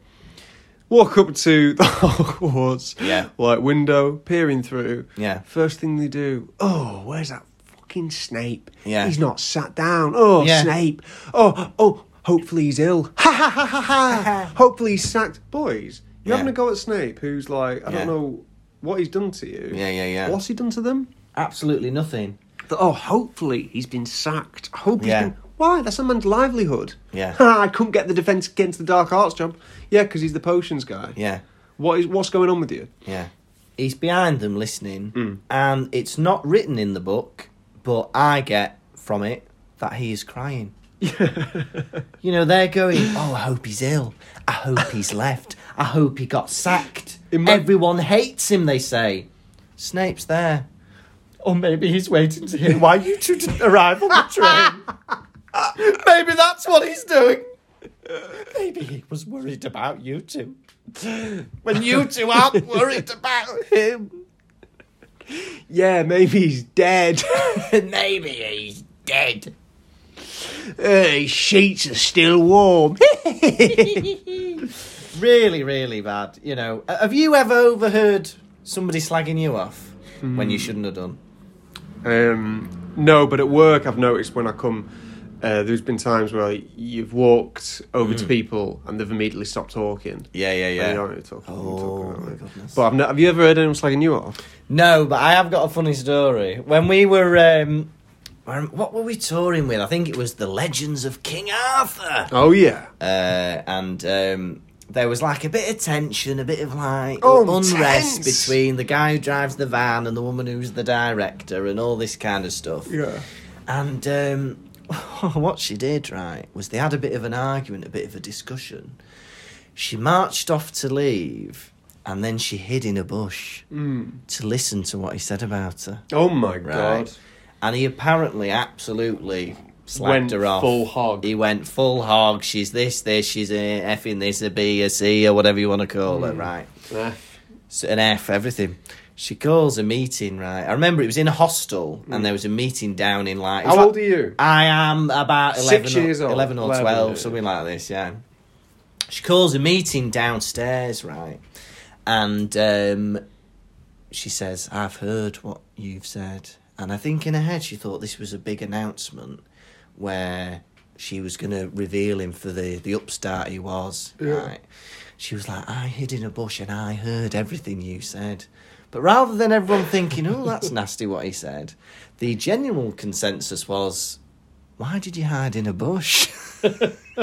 S1: Walk up to the Hogwarts
S2: Yeah.
S1: like window, peering through.
S2: Yeah.
S1: First thing they do, oh, where's that fucking Snape?
S2: Yeah.
S1: He's not sat down. Oh,
S2: Yeah.
S1: Snape. Oh, oh. Hopefully he's ill. Ha ha ha ha ha. Hopefully he's sacked. Boys, you're
S2: Yeah.
S1: having a go at Snape, who's like, I
S2: Yeah.
S1: don't know what he's done to you.
S2: Yeah, yeah, yeah.
S1: What's he done to them?
S2: Absolutely nothing.
S1: that, oh, hopefully he's been sacked. I hope
S2: Yeah.
S1: he's been. Why? That's a man's livelihood.
S2: Yeah.
S1: I couldn't get the defence against the Dark Arts job. Yeah, because he's the potions guy.
S2: Yeah,
S1: What is, what's going on with you?
S2: yeah. Mm. He's behind them listening, and it's not written in the book, but I get from it that he is crying. You know, they're going, oh, I hope he's ill. I hope he's left. I hope he got sacked.
S1: It might-
S2: Everyone hates him, they say. Snape's there. Or maybe he's waiting to hear why you two didn't arrive on the train. maybe that's what he's doing. Maybe he was worried about you two. When you two aren't worried about him,
S1: Yeah, maybe he's dead.
S2: maybe he's dead.
S1: Uh, His sheets are still warm.
S2: really, really bad. You know, Uh, have you ever overheard somebody slagging you off when you shouldn't have done?
S1: um, no, but at work I've noticed when I come, uh, there's been times where you've walked over to people and they've immediately stopped talking.
S2: Hmm. Yeah, yeah,
S1: And you know what you're talking, you're
S2: Oh,
S1: talking
S2: my
S1: about, like.
S2: goodness.
S1: But I've no, have you ever heard anyone slagging you off?
S2: No, but I have got a funny story. When we were, um, when- what were we touring with? I think it was the Legends of King Arthur,
S1: Oh yeah.
S2: uh, and um, there was like a bit of tension, a bit of like
S1: Oh,
S2: unrest
S1: tense.
S2: between the guy who drives the van and the woman who's the director, and all this kind of stuff.
S1: Yeah.
S2: And um, what she did, right, was they had a bit of an argument, a bit of a discussion. She marched off to leave and then she hid in a bush
S1: Mm. Hmm.
S2: to listen to what he said about her.
S1: Oh my
S2: Right.
S1: god.
S2: And he apparently absolutely slapped
S1: Went
S2: her off.
S1: full hog.
S2: He went full hog. She's this, this, she's a effing this, a B, a C, or whatever you want to call
S1: Mm.
S2: her, right?
S1: Yeah.
S2: So an F, everything. She calls a meeting, right? I remember it was in a hostel and there was a meeting down in like.
S1: Mm. How old are you?
S2: I am about 11
S1: Six
S2: or,
S1: years old.
S2: 11 or
S1: 11,
S2: 12,
S1: yeah.
S2: something like this, yeah. She calls a meeting downstairs, right? And um, she says, I've heard what you've said. And I think in her head she thought this was a big announcement where she was going to reveal him for the, the upstart he was. Right. She was like, I hid in a bush and I heard everything you said. But rather than everyone thinking, oh, that's nasty what he said, the general consensus was, why did you hide in a bush?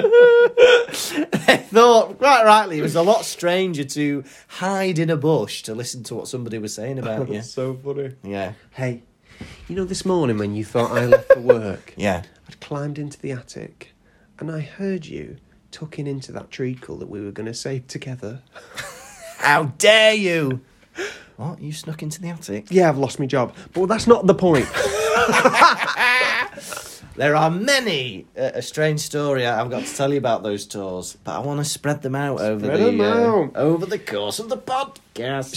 S2: they thought, quite rightly, it was a lot stranger to hide in a bush to listen to what somebody was saying about you.
S1: That's so funny.
S2: Yeah.
S1: Hey, you know this morning when you thought I left for work?
S2: Yeah.
S1: I'd climbed into the attic and I heard you tucking into that treacle that we were going to save together.
S2: How dare you! What? You snuck into the attic?
S1: Yeah, I've lost my job, but that's not the point.
S2: There are many uh, a strange story I- I've got to tell you about those tours, but I want to spread them out over
S1: Spread
S2: the
S1: 'em
S2: uh,
S1: out.
S2: over the course of the podcast.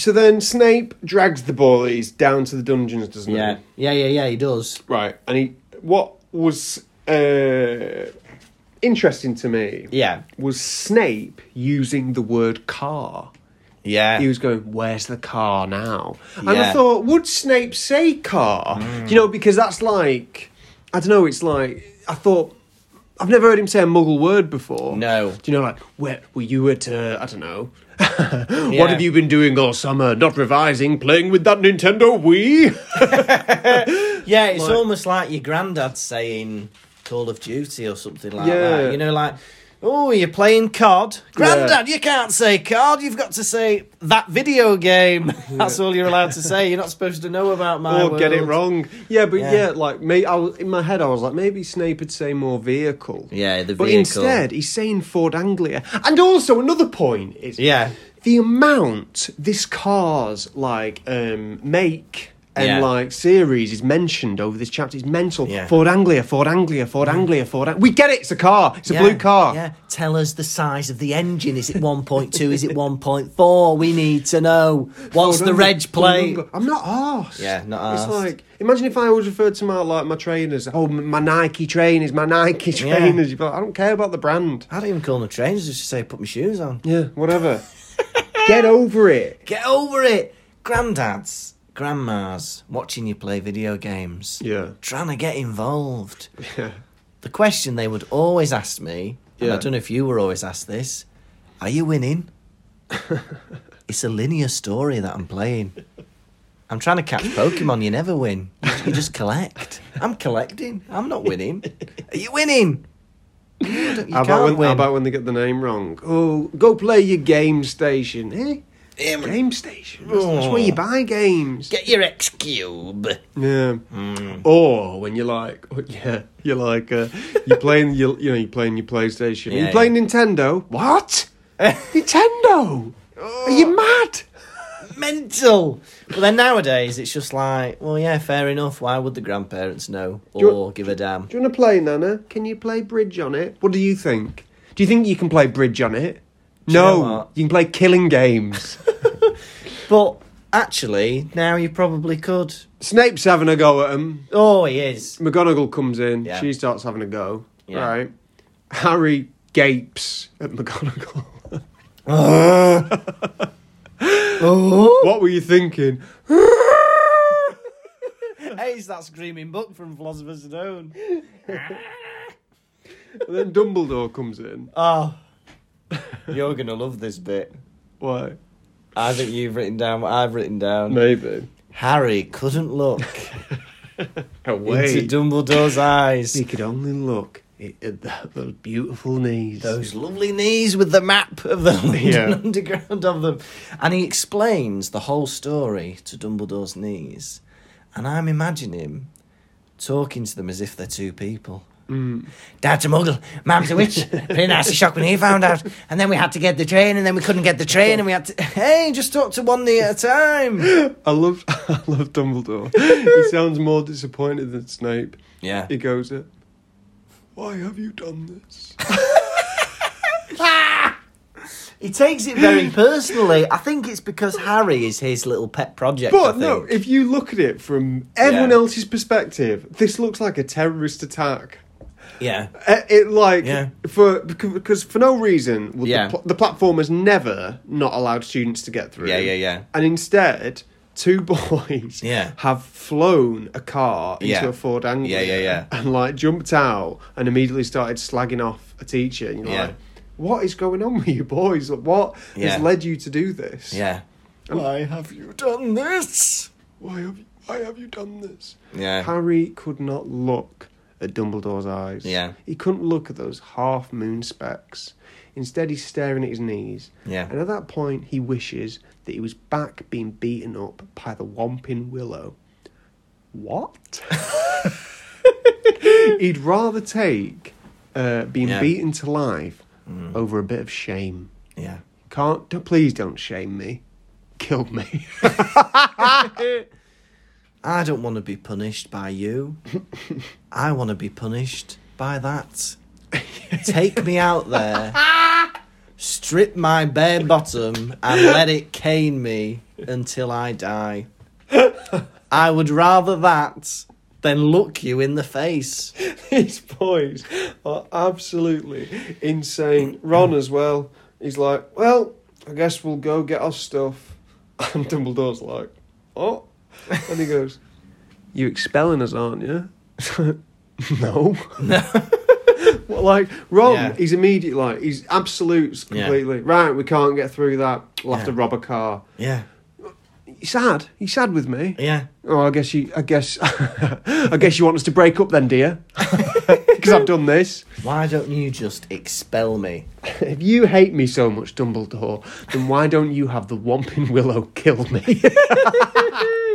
S1: so then Snape drags the boys down to the dungeons, doesn't
S2: Yeah,
S1: he?
S2: yeah, yeah, yeah. He does.
S1: Right, and he what was uh, interesting to me
S2: Yeah,
S1: was Snape using the word car.
S2: yeah.
S1: he was going, "Where's the car now?" And
S2: Yeah.
S1: I thought, would Snape say car? You know, because that's like, I don't know. It's like I thought. I've never heard him say a Muggle word before.
S2: No.
S1: Do you know, like, where were you at? Uh, I don't know.
S2: Yeah.
S1: What have you been doing all summer? Not revising, playing with that Nintendo Wii.
S2: Yeah, it's
S1: Like-
S2: almost like your granddad saying Call of Duty or something like
S1: Yeah.
S2: that. You know, like, oh, you're playing COD. Granddad, you can't say COD. You've got to say that video game. That's all you're allowed to say. You're not supposed to know about my
S1: or get it
S2: world.
S1: wrong. Yeah, but
S2: Yeah.
S1: yeah, like me, I was, in my head, I was like, maybe Snape would say more vehicle.
S2: Yeah, the
S1: But
S2: vehicle.
S1: instead, he's saying Ford Anglia. And also, another point is
S2: Yeah.
S1: the amount this car's like um, make and
S2: Yeah.
S1: like series is mentioned over this chapter is mental.
S2: Yeah. Mm.
S1: Ford Anglia, Ford Anglia, Ford Anglia, Ford. Ang- we get it. It's a car. It's a
S2: Yeah,
S1: blue car.
S2: Yeah. Tell us the size of the engine. Is it 1.2? is it 1.4? We need to know. What's
S1: Ford
S2: the
S1: Anglia,
S2: reg
S1: Ford
S2: plate?
S1: Anglia. I'm not asked.
S2: Yeah, not
S1: It's
S2: arsed.
S1: like imagine if I always referred to my like my trainers. Oh, m- my Nike trainers, my Nike
S2: Yeah.
S1: trainers. But I don't care about the brand.
S2: I don't even call them trains. I just say, put my shoes on.
S1: Yeah, whatever. get over it.
S2: Get over it. Granddads, grandmas, watching you play video games.
S1: Yeah.
S2: Trying to get involved.
S1: Yeah.
S2: The question they would always ask me, and I
S1: Yeah.
S2: don't know if you were always asked this, are you winning? it's a linear story that I'm playing. I'm trying to catch Pokemon, you never win. You, you just collect. I'm collecting. I'm not winning. Are you winning? You, don't- you
S1: How about,
S2: can't
S1: when,
S2: win.
S1: how about when they get the name wrong? Oh, go play your game station, eh?
S2: Em-
S1: Game station. That's, that's
S2: Oh.
S1: where you buy games.
S2: Get your X Cube.
S1: yeah.
S2: Mm.
S1: Or when you're like, oh, yeah, you're like, uh, you're playing, you you know, you're playing your PlayStation.
S2: Yeah,
S1: you playing Nintendo. What? Nintendo? Are you
S2: Oh.
S1: mad?
S2: mental. But then nowadays, it's just like, well, yeah, fair enough. Why would the grandparents know
S1: you-
S2: or give a damn?
S1: Do you want to play, Nana? Can you play bridge on it? What do you think? Do you think you can play bridge on it?
S2: you
S1: no,
S2: know what?
S1: you can play killing games.
S2: But actually, now you probably could.
S1: Snape's having a go at him.
S2: Oh, he is.
S1: McGonagall comes in.
S2: Yeah.
S1: She starts having a go.
S2: Yeah.
S1: Right. Harry gapes at McGonagall.
S2: Uh. Oh,
S1: what were you thinking?
S2: it's that screaming book from Philosopher's Stone.
S1: And then Dumbledore comes in.
S2: Oh, you're gonna love this bit.
S1: Why?
S2: I think you've written down what I've written down.
S1: Maybe.
S2: Harry couldn't look
S1: Away.
S2: into Dumbledore's eyes.
S1: he could only look at at th- those beautiful knees.
S2: those lovely knees with the map of the London
S1: Yeah.
S2: Underground of them. And he explains the whole story to Dumbledore's knees. And I'm imagining him talking to them as if they're two people.
S1: Mm.
S2: Dad's a muggle, mum's a witch. Pretty nasty shock when he found out. And then we had to get the train, and then we couldn't get the train, and we had to. Hey, just talk to one knee at a time.
S1: I love, I love Dumbledore. he sounds more disappointed than Snape.
S2: Yeah.
S1: He goes, uh, "Why have you done this?"
S2: He takes it very personally. I think it's because Harry is his little pet project. I
S1: But
S2: think.
S1: no, if you look at it from everyone
S2: Yeah.
S1: else's perspective, this looks like a terrorist attack.
S2: Yeah.
S1: Uh, It like
S2: Yeah.
S1: for becau- because for no reason well,
S2: Yeah.
S1: the, pl- the platform has never not allowed students to get through.
S2: Yeah, yeah, yeah.
S1: And instead, two boys
S2: Yeah.
S1: have flown a car into
S2: Yeah.
S1: a Ford Anglia
S2: Yeah, yeah, yeah.
S1: and like jumped out and immediately started slagging off a teacher. And you're
S2: Yeah.
S1: like, what is going on with you boys? Like, What
S2: Yeah.
S1: has led you to do this?
S2: Yeah. Why have you done this?
S1: Why have you, why have you done this?
S2: Yeah.
S1: Harry could not look at Dumbledore's eyes.
S2: Yeah.
S1: He couldn't look at those half moon specks. Instead, he's staring at his knees.
S2: Yeah.
S1: And at that point, he wishes that he was back being beaten up by the Wampin Willow. What? He'd rather take uh, being
S2: Yeah. Mm.
S1: beaten to life over a bit of shame.
S2: Yeah.
S1: Can't, don't, please don't shame me. Kill me.
S2: I don't want to be punished by you. I want to be punished by that. Take me out there, strip my bare bottom, and let it cane me until I die. I would rather that than look you in the face.
S1: These boys are absolutely insane. Ron as well. He's like, well, I guess we'll go get our stuff. And Dumbledore's like, oh. And he goes, you expelling us, aren't you? no. No. well, like, Ron,
S2: Yeah.
S1: he's immediate, like, he's absolutes
S2: Yeah.
S1: completely. Right, we can't get through that. We'll have to
S2: Yeah.
S1: rob a car.
S2: Yeah,
S1: He's sad. He's sad with me.
S2: yeah.
S1: Oh, I guess you. I guess. I guess you want us to break up then, dear. Because I've done this.
S2: Why don't you just expel me?
S1: If you hate me so much, Dumbledore, then why don't you have the Whomping Willow kill me?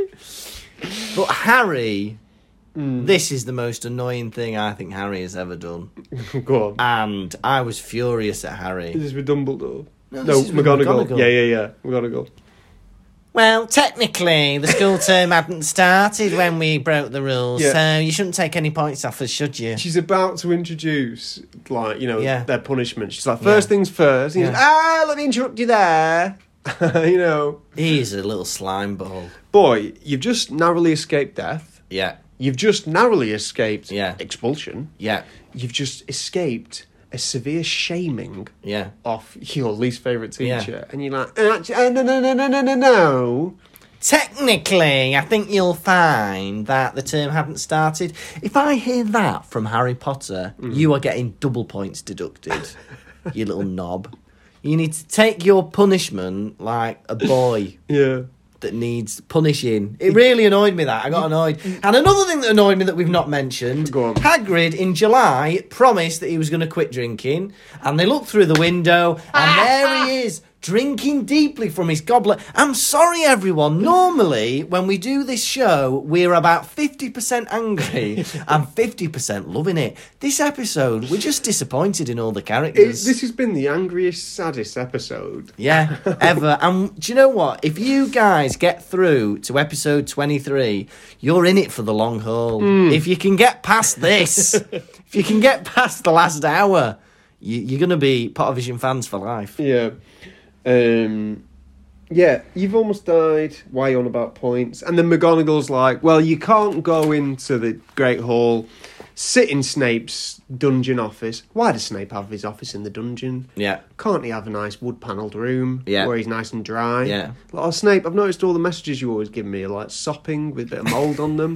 S2: But Harry, this is the most annoying thing I think Harry has ever done.
S1: Go on.
S2: And I was furious at Harry.
S1: This is with Dumbledore. No,
S2: No, this is with
S1: McGonagall.
S2: McGonagall.
S1: Yeah, yeah, yeah. McGonagall.
S2: Well, technically, the school term hadn't started when we broke the rules,
S1: Yeah.
S2: so you shouldn't take any points off us, should you?
S1: She's about to introduce, like, you know,
S2: Yeah.
S1: their punishment. She's like, first things first. And he's
S2: Yeah.
S1: like, ah, let me interrupt you there. you know,
S2: He's a little slime ball.
S1: boy, you've just narrowly escaped death.
S2: Yeah,
S1: You've just narrowly escaped
S2: Yeah.
S1: expulsion.
S2: yeah,
S1: you've just escaped a severe shaming
S2: yeah.
S1: off your least favorite
S2: Yeah.
S1: teacher, and you're like, "Uh, actu- uh, no, no, no, no, no, no, no.
S2: Technically, I think you'll find that the term hadn't started. If I hear that from Harry Potter, you are getting double points deducted, you little knob. You need to take your punishment like a boy.
S1: Yeah,
S2: that needs punishing. It really annoyed me that I got annoyed. And another thing that annoyed me that we've not mentioned:
S1: Go on.
S2: Hagrid in July promised that he was going to quit drinking, and they look through the window, and there he is. Drinking deeply from his goblet. I'm sorry, everyone. Normally, when we do this show, we're about 50% angry and 50% loving it. This episode, we're just disappointed in all the
S1: It-
S2: characters.
S1: this has been the angriest, saddest episode.
S2: Yeah, ever. and do you know what? If you guys get through to episode 23, you're in it for the long haul. If you can get past this, if you can get past the last hour, you, you're going to be Pottervision fans for life.
S1: Yeah, um, yeah, you've almost died. Why you on about points? And then McGonagall's like, well, you can't go into the Great Hall. Sit in Snape's dungeon office. Why does Snape have his office in the dungeon?
S2: Yeah.
S1: Can't he have a nice wood panelled room
S2: Yeah.
S1: where he's nice and dry?
S2: Yeah.
S1: Like, oh, Snape, I've noticed all the messages you always give me are like sopping with a bit of mould on them.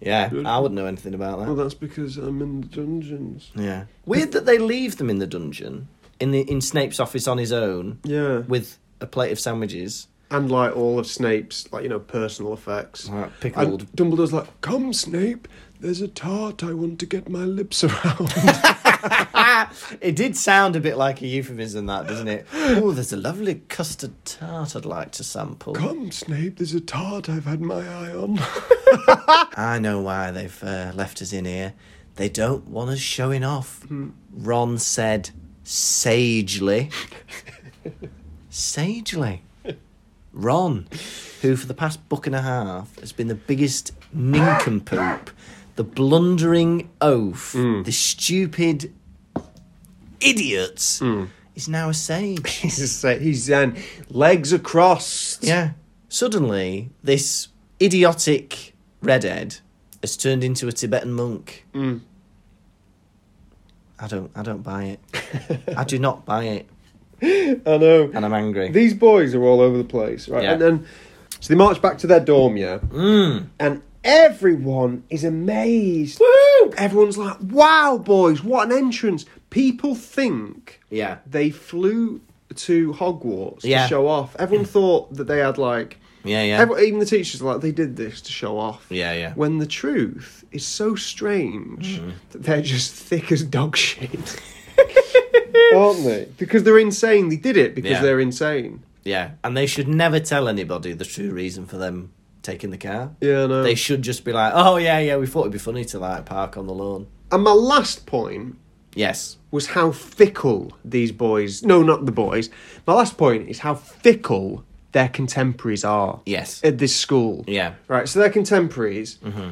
S2: Yeah, I wouldn't know anything about
S1: well,
S2: that.
S1: that's because I'm in the dungeons.
S2: Yeah. Weird that they leave them in the dungeon, in, the, in Snape's office on his own,
S1: Yeah.
S2: with a plate of sandwiches.
S1: And like all of Snape's, like, you know, personal effects.
S2: Like pickled-
S1: And Dumbledore's like, come, Snape, there's a tart I want to get my lips around.
S2: Ah, It did sound a bit like a euphemism, that, doesn't it? Oh, there's a lovely custard tart I'd like to sample.
S1: come, Snape, there's a tart I've had my eye on.
S2: I know why they've uh, left us in here. They don't want us showing off. Ron said sagely. sagely. Ron, who for the past book and a half has been the biggest nincompoop, the blundering oaf, the stupid idiot, is now a sage.
S1: he's, just like- he's then legs across.
S2: Yeah. Suddenly, this idiotic redhead has turned into a Tibetan monk. I don't. I don't buy it. I do not buy it,
S1: I know.
S2: and I'm angry.
S1: These boys are all over the place, right?
S2: Yeah. Mm.
S1: And then So they march back to their dorm, yeah? And everyone is amazed.
S2: Woo!
S1: Everyone's like, wow, boys, what an entrance. People think
S2: Yeah.
S1: they flew to Hogwarts
S2: Yeah.
S1: to show off. Everyone thought that they had, like,
S2: Yeah, yeah.
S1: every- even the teachers were like, they did this to show off.
S2: Yeah, yeah. Mm-hmm.
S1: When the truth is so strange that they're just thick as dog shit. Aren't they? Because they're insane. They did it because
S2: Yeah.
S1: they're insane.
S2: Yeah, and they should never tell anybody the true reason for them taking the car.
S1: Yeah, I know.
S2: They should just be like, "Oh yeah, yeah, we thought it'd be funny to like park on the lawn."
S1: And my last point
S2: Yes.
S1: was how fickle these boys no not the boys my last point is how fickle their contemporaries are
S2: Yes.
S1: at this school
S2: Yeah.
S1: right so their contemporaries
S2: Mm-hmm.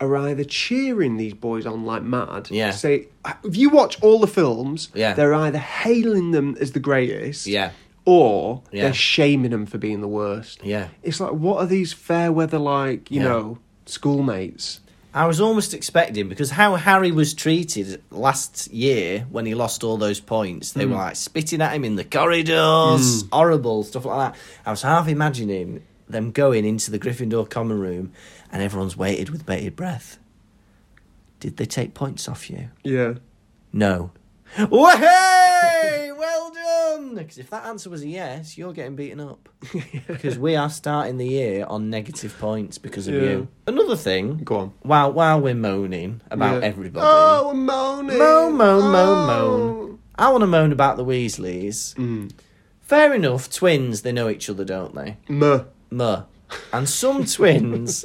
S1: are either cheering these boys on like mad
S2: Yeah.
S1: say if you watch all the films
S2: Yeah.
S1: they're either hailing them as the greatest
S2: Yeah.
S1: or
S2: Yeah.
S1: they're shaming them for being the worst
S2: Yeah.
S1: it's like what are these fair weather like you
S2: Yeah.
S1: know schoolmates
S2: I was almost expecting because how Harry was treated last year when he lost all those points, they were like spitting at him in the corridors, horrible stuff like that. I was half imagining them going into the Gryffindor common room and everyone's waited with bated breath. Did they take points off you?
S1: yeah
S2: No. Wahey! Well done! Because if that answer was a yes, you're getting beaten up. because we are starting the year on negative points because of
S1: Yeah.
S2: you. Another thing,
S1: go on
S2: while, while we're moaning about
S1: Yeah.
S2: everybody,
S1: oh I'm moaning
S2: moan, moan, moan,
S1: Oh.
S2: moan. I want to moan about the Weasleys.
S1: Mm.
S2: Fair enough, twins, they know each other, don't they?
S1: Muh.
S2: Muh. And some twins,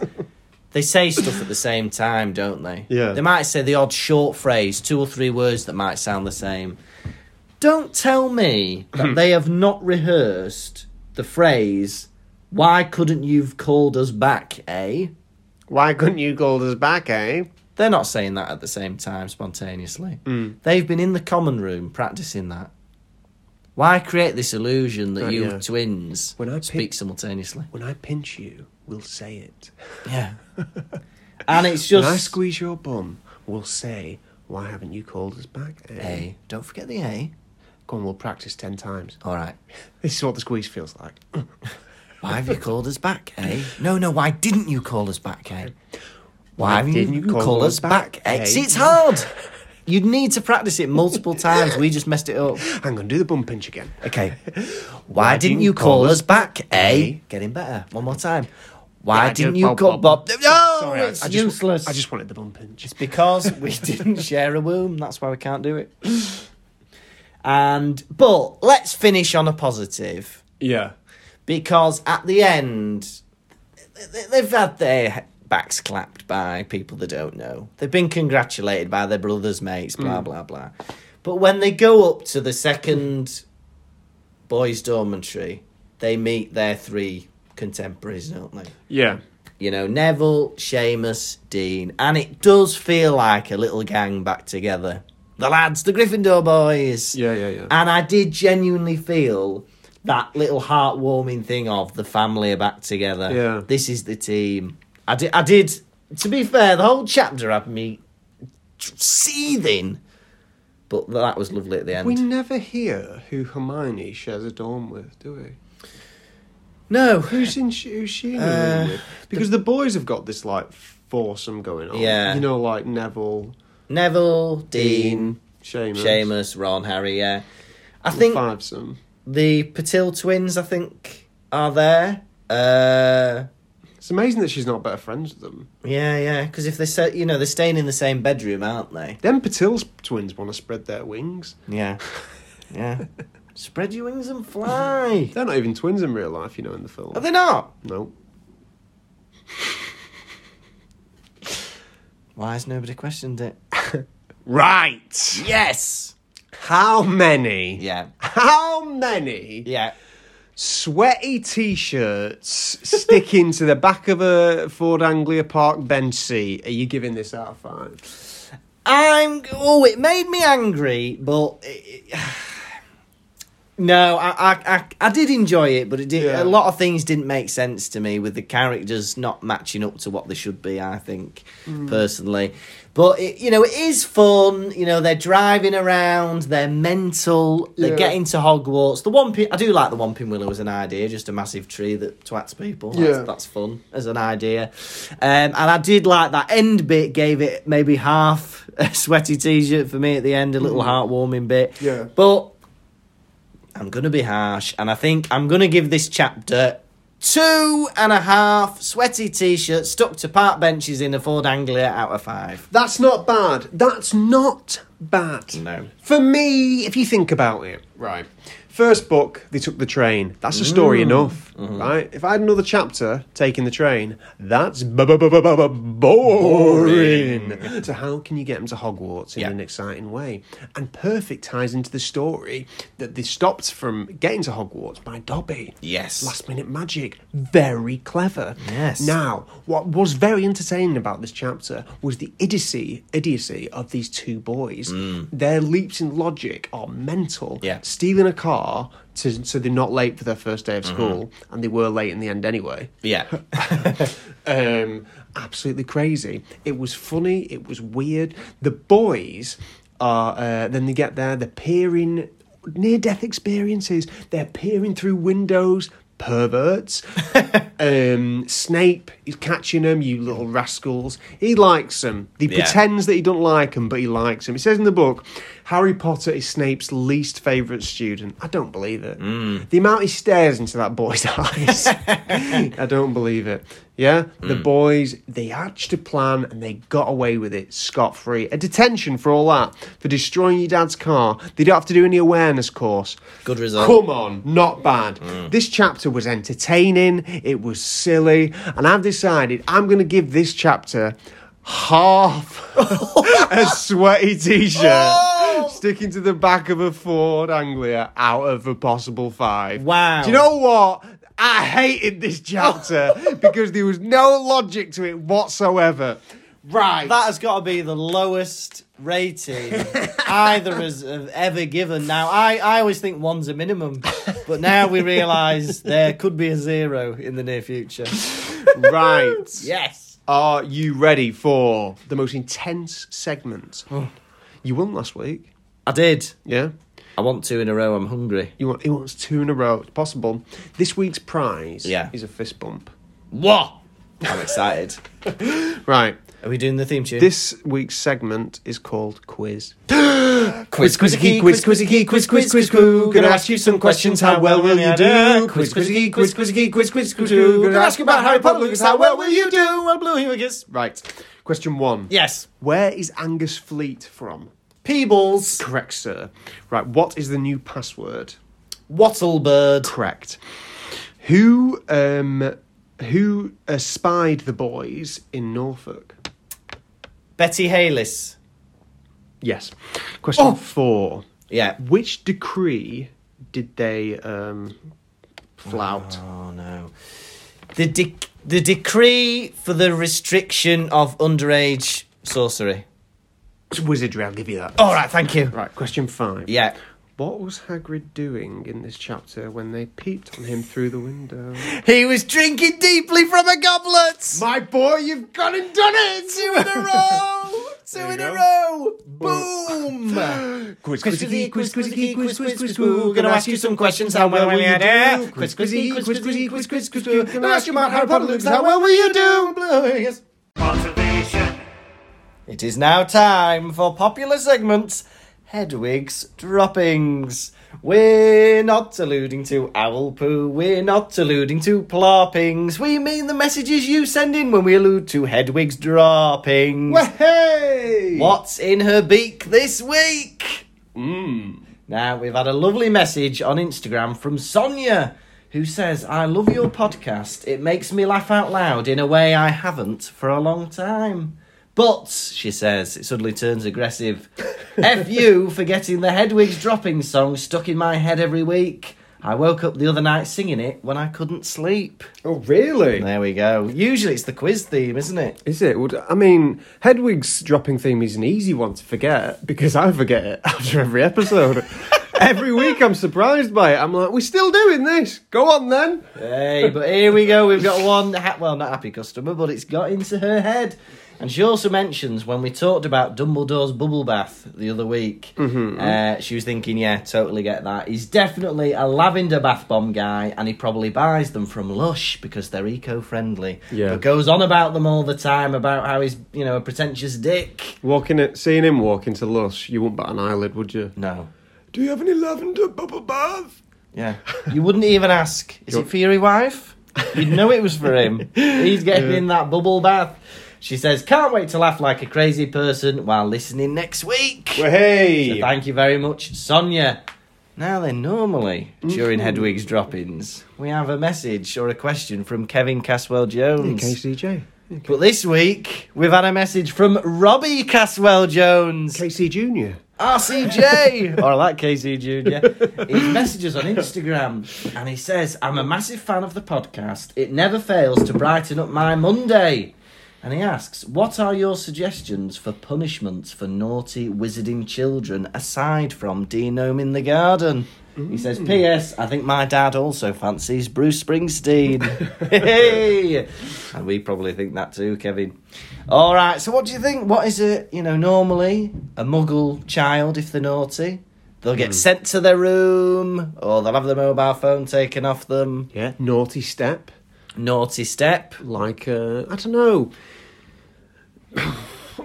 S2: they say stuff at the same time, don't they?
S1: Yeah.
S2: They might say the odd short phrase, two or three words that might sound the same. Don't tell me that they have not rehearsed the phrase, why couldn't you've called us back, eh?
S1: Why couldn't you call us back, eh?
S2: They're not saying that at the same time spontaneously.
S1: Mm.
S2: They've been in the common room practicing that. Why create this illusion that
S1: Right,
S2: you
S1: yeah.
S2: twins
S1: When I pick-
S2: speak simultaneously?
S1: When I pinch you, we'll say it.
S2: Yeah. and it's
S1: When
S2: just
S1: I squeeze your bum, we'll say, Why haven't you called us back, eh?
S2: A. Don't forget the A.
S1: Go on, we'll practice ten times.
S2: All right.
S1: This is what the squeeze feels like.
S2: Why have you called us back, eh? No, no, why didn't you call us back, eh? Why haven't
S1: didn't
S2: you call, us back, eh? See, It's hard. You'd need to practice it multiple times. We just messed it up.
S1: I'm going to do the bum pinch again.
S2: Okay. Why didn't you call us back, eh? Getting better. One more time. Why didn't you call Bob? No,
S1: Sorry, I-
S2: Oh, it's
S1: I just,
S2: useless.
S1: I just wanted the bum pinch.
S2: It's because we didn't share a womb. That's why we can't do it. And but let's finish on a positive
S1: Yeah.
S2: because at the end th- they've had their backs clapped by people they don't know. They've been congratulated by their brothers, mates, blah blah blah. But when they go up to the second boys' dormitory, they meet their three contemporaries, don't they?
S1: Yeah.
S2: You know, Neville, Seamus, Dean, and it does feel like a little gang back together. The lads, the Gryffindor boys.
S1: Yeah, yeah, yeah.
S2: And I did genuinely feel that little heartwarming thing of the family are back together.
S1: Yeah.
S2: This is the team. I did, I did to be fair, the whole chapter had me seething. But that was lovely at the end.
S1: We never hear who Hermione shares a dorm with, do we?
S2: no.
S1: Who's in? sh- Who's she in the
S2: Uh,
S1: room with? Because the, boys have got this like foursome going on.
S2: Yeah.
S1: you know, like Neville,
S2: Neville, Dean,
S1: Dean, Seamus,
S2: Seamus, Ron, Harry, yeah. I think
S1: fivesome.
S2: the Patil twins, I think, are there. Uh,
S1: It's amazing that she's not better friends with them.
S2: yeah, yeah, because if they say, you know, they're staying in the same bedroom, aren't they?
S1: Them Patil's twins want to spread their wings.
S2: Yeah, yeah. Spread your wings and fly.
S1: They're not even twins in real life, you know, in the film.
S2: Are they not?
S1: No,
S2: Why has nobody questioned it?
S1: right.
S2: Yes.
S1: How many?
S2: Yeah.
S1: How many
S2: Yeah.
S1: sweaty t-shirts sticking to the back of a Ford Anglia Park bench seat are you giving this out of five?
S2: I'm. Oh, it made me angry, but. it- No, I, I, I, I did enjoy it, but it did.
S1: Yeah.
S2: A lot of things didn't make sense to me with the characters not matching up to what they should be. I think
S1: Mm.
S2: personally, but it, you know, it is fun. You know, they're driving around, they're mental, they
S1: Yeah.
S2: get into Hogwarts. The one I do like the Wampin Willow as an idea, just a massive tree that twats people. That's,
S1: Yeah.
S2: that's fun as an idea, um, and I did like that end bit. Gave it maybe half a sweaty t-shirt for me at the end, a little heartwarming bit.
S1: Yeah.
S2: but. I'm gonna be harsh, and I think I'm gonna give this chapter two and a half sweaty t-shirts stuck to park benches in a Ford Anglia out of five.
S1: That's not bad. That's not bad.
S2: No.
S1: For me, if you think about it, right. First book, they took the train. That's a story
S2: Mm.
S1: enough,
S2: Mm-hmm.
S1: right? If I had another chapter taking the train, that's bu- bu- bu- bu- bu- bu- boring. So how can you get them to Hogwarts in
S2: Yeah.
S1: an exciting way? And perfect ties into the story that they stopped from getting to Hogwarts by Dobby.
S2: Yes.
S1: Last minute magic. Very clever.
S2: Yes.
S1: Now, what was very entertaining about this chapter was the idiocy, idiocy of these two boys. Their leaps in logic are mental.
S2: Mm. Yeah.
S1: Stealing a car to, so they're not late for their first day of school, and they were late in the end anyway.
S2: Yeah.
S1: Um, absolutely crazy. It was funny. It was weird. The boys are uh, then they get there. They're peering near death experiences. They're peering through windows. Perverts. um, Snape is catching them. You little rascals. He likes them. He
S2: Yeah.
S1: pretends that he don't like them, but he likes them. It says in the book, Harry Potter is Snape's least favourite student. I don't believe it.
S2: Hmm.
S1: The amount he stares into that boy's eyes. I don't believe it. Yeah, the
S2: Hmm.
S1: boys they hatched a plan and they got away with it scot free. A detention for all that for destroying your dad's car. They don't have to do any awareness course.
S2: Good result.
S1: Come on, not bad.
S2: Mm.
S1: This chapter was entertaining. It was silly, and I've decided I'm going to give this chapter half a sweaty t-shirt.
S2: Oh!
S1: Sticking to the back of a Ford Anglia out of a possible five.
S2: Wow.
S1: Do you know what? I hated this chapter because there was no logic to it whatsoever. Right.
S2: that has got to be the lowest rating either has have ever given. Now, I, I always think one's a minimum, but now we realise there could be a zero in the near future.
S1: right.
S2: Yes.
S1: Are you ready for the most intense segment?
S2: Oh.
S1: You won last week.
S2: I did.
S1: Yeah.
S2: I want two in a row. I'm hungry.
S1: You want, he wants two in a row. It's possible. This week's prize
S2: Yeah.
S1: is a fist bump.
S2: What? I'm excited.
S1: Right.
S2: Are we doing the theme tune?
S1: This week's segment is called Quiz.
S2: Quiz, quizzy key, quiz, quizzy key, quiz, quiz, quiz, quiz. Gonna ask you some questions. How well will you do? Quiz, quizzy key, quiz, quizzy key, quiz, quiz, quiz, quiz. Gonna ask you about Harry Potter, Lucas. How well will you do? I blew him a kiss.
S1: Right. Question one.
S2: Yes.
S1: Where is Angus Fleet from?
S2: Peebles.
S1: Correct, sir. Right, what is the new password?
S2: Wattlebird.
S1: Correct. Who um who uh, spied the boys in Norfolk?
S2: Betty Halis.
S1: Yes. Question four.
S2: Yeah.
S1: Which decree did they um flout?
S2: Oh no. The de- the decree for the restriction of underage sorcery.
S1: It's wizardry, I'll give you that.
S2: All right, thank you.
S1: Right, question five.
S2: Yeah.
S1: What was Hagrid doing in this chapter when they peeped on him through the window?
S2: He was drinking deeply from a goblet.
S1: My boy, you've gone and done
S2: Two in a
S1: it!
S2: row. Two
S1: There you
S2: in a
S1: go.
S2: row. Boom.
S1: quiz,
S2: Quizzy, quiz, quizzy, quiz, quiz, quiz, quiz. Gonna ask you some questions. How well will you do? Quiz, quizzy, quiz, quizzy, quiz, quiz, quiz, quiz. Gonna ask you about Harry Potter looks. How well will you do?
S3: Motivation.
S2: It is now time for popular segments. Hedwig's droppings. We're not alluding to owl poo. We're not alluding to ploppings. We mean the messages you send in when we allude to Hedwig's droppings.
S1: Hey!
S2: What's in her beak this week? Now, we've had a lovely message on Instagram from Sonia, who says, I love your podcast. It makes me laugh out loud in a way I haven't for a long time. But, she says, it suddenly turns aggressive. F you for getting the Hedwig's Dropping song stuck in my head every week. I woke up the other night singing it when I couldn't sleep.
S1: Oh, really?
S2: There we go. Usually it's the quiz theme, isn't it?
S1: Is it? Would- I mean, Hedwig's dropping theme is an easy one to forget because I forget it after every episode. Every week I'm surprised by it. I'm like, we're still doing this. Go on then.
S2: Hey, but here we go. We've got one, ha- well, not happy customer, but it's got into her head. And she also mentions when we talked about Dumbledore's bubble bath the other week, uh, she was thinking, yeah, totally get that. He's definitely a lavender bath bomb guy, and he probably buys them from Lush because they're eco friendly.
S1: Yeah.
S2: But goes on about them all the time about how he's, you know, a pretentious dick.
S1: Walking at seeing him walk into Lush, you wouldn't bat an eyelid, would you?
S2: No.
S1: Do you have any lavender bubble bath?
S2: Yeah. You wouldn't even ask, is it for your wife? You'd know it was for him. He's getting in that bubble bath. She says, can't wait to laugh like a crazy person while listening next week.
S1: Well, hey.
S2: So thank you very much, Sonia. Now then, normally during Hedwig's drop-ins, we have a message or a question from Kevin Caswell Jones.
S1: KCJ.
S2: But this week we've had a message from Robbie Caswell Jones.
S1: KC Junior.
S2: RCJ, or I like KC Jr. He messages on Instagram and he says, I'm a massive fan of the podcast. It never fails to brighten up my Monday. And he asks, What are your suggestions for punishments for naughty, wizarding children aside from Denom in the garden? He says, P.S. I think my dad also fancies Bruce Springsteen. hey! And we probably think that too, Kevin. All right, so what do you think? What is it, you know, normally a muggle child, if they're naughty, they'll get sent to their room or they'll have their mobile phone taken off them.
S1: Yeah. Naughty step.
S2: Naughty step.
S1: Like uh, I don't know.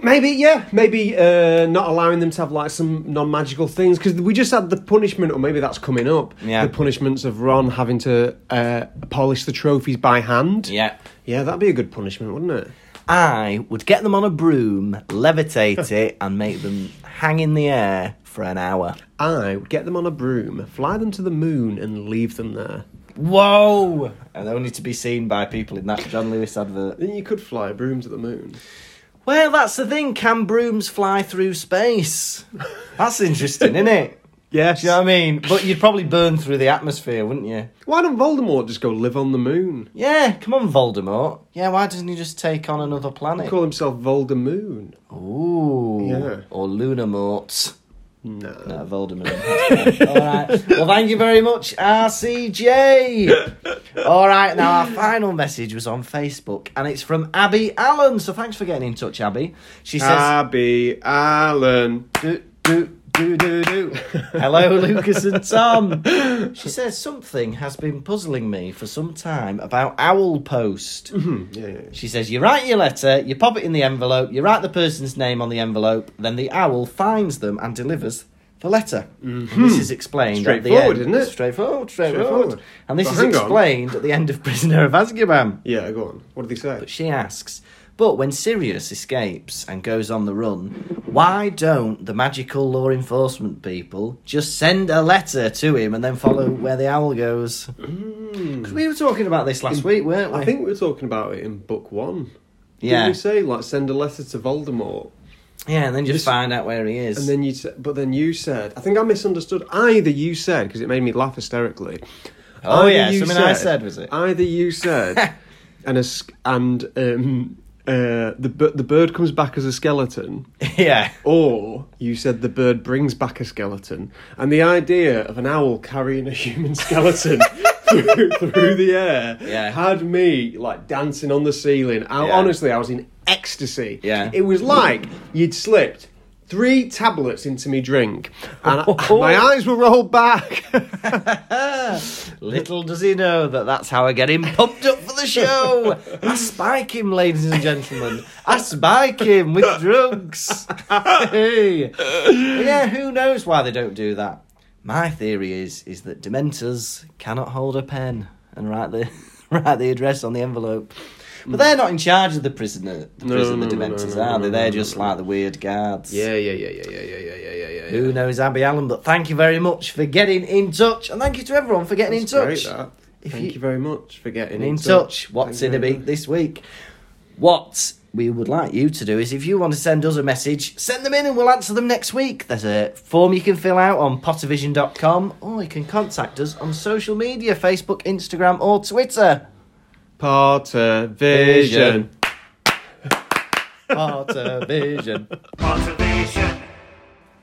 S1: Maybe yeah, maybe uh, not allowing them to have like some non-magical things because we just had the punishment, or maybe that's coming up.
S2: Yeah.
S1: the punishments of Ron having to uh, polish the trophies by hand.
S2: Yeah.
S1: yeah, that'd be a good punishment, wouldn't it?
S2: I would get them on a broom, levitate it, and make them hang in the air for an hour.
S1: I would get them on a broom, fly them to the moon, and leave them there.
S2: Whoa! And only to be seen by people in that John Lewis advert.
S1: Then you could fly a broom to the moon.
S2: Well, that's the thing. Can brooms fly through space? That's interesting, isn't it?
S1: Yes.
S2: Do you know what I mean? But you'd probably burn through the atmosphere, wouldn't you?
S1: Why don't Voldemort just go live on the moon?
S2: Yeah, come on, Voldemort. Yeah, why doesn't he just take on another planet?
S1: Call himself Voldemoon.
S2: Ooh.
S1: Yeah.
S2: Or Lunamort.
S1: No.
S2: No, Voldemort. All right. Well, thank you very much, RCJ. All right. Now, our final message was on Facebook, and it's from Abby Allen. So thanks for getting in touch, Abby. She says,
S1: Uh, Abby Allen.
S2: do, do, do, do, do. Hello, Lucas and Tom. She says, something has been puzzling me for some time about Owl Post.
S1: Hmm, Yeah, yeah, yeah.
S2: She says, You write your letter, you pop it in the envelope, you write the person's name on the envelope, then the owl finds them and delivers the letter. And this is explained at the
S1: Hmm. Straightforward, isn't
S2: end.
S1: it?
S2: Straightforward, straightforward.
S1: Straightforward.
S2: And this
S1: But
S2: is
S1: hang on.
S2: explained at the end of Prisoner of Azkaban.
S1: Yeah, go on. What did he say?
S2: But she asks, But when Sirius escapes and goes on the run, why don't the magical law enforcement people just send a letter to him and then follow where the owl goes? 'Cause we were talking about this last week, weren't we?
S1: Hmm. I think we were talking about it in book one.
S2: Yeah.
S1: Didn't we say like send a letter to Voldemort,
S2: Yeah, and then just
S1: This-
S2: find out where he is.
S1: and then you. sa- But then you said, I think I misunderstood. Either you said because it made me laugh hysterically.
S2: Oh,
S1: Either
S2: yeah,
S1: you
S2: something I said, was it?
S1: Either you said, and a, s- and um, uh, the b- the bird comes back as a skeleton.
S2: yeah.
S1: Or you said the bird brings back a skeleton, and the idea of an owl carrying a human skeleton through, through the air
S2: Yeah.
S1: had me like dancing on the ceiling. I,
S2: Yeah.
S1: Honestly, I was in ecstasy.
S2: Yeah.
S1: it was like you'd slipped three tablets into me drink, and I- my eyes were rolled back.
S2: Little does he know that that's how I get him pumped up for the show. I spike him, ladies and gentlemen. I spike him with drugs. Hey. yeah, who knows why they don't do that? My theory is is that Dementors cannot hold a pen and write the write the address on the envelope. But they're not in charge of the prisoner, the
S1: No,
S2: prisoner
S1: no, no, no,
S2: Dementors,
S1: no,
S2: are
S1: no, no,
S2: they? They're
S1: no,
S2: just
S1: no.
S2: like the weird guards.
S1: yeah, yeah, yeah, yeah, yeah, yeah, yeah, yeah.
S2: Who knows Abby Allen? But thank you very much for getting in touch, and thank you to everyone for getting in touch.
S1: Great, that.
S2: If
S1: Thank
S2: you-
S1: you, very much for getting
S2: in,
S1: in,
S2: touch. What's
S1: Thank
S2: in
S1: you
S2: a
S1: very
S2: beat
S1: much.
S2: this week? What we would like you to do is if you want to send us a message, send them in and we'll answer them next week. There's a form you can fill out on pottervision.com or you can contact us on social media Facebook, Instagram, or Twitter.
S1: Potter Vision.
S2: Pottervision.
S3: Pottervision.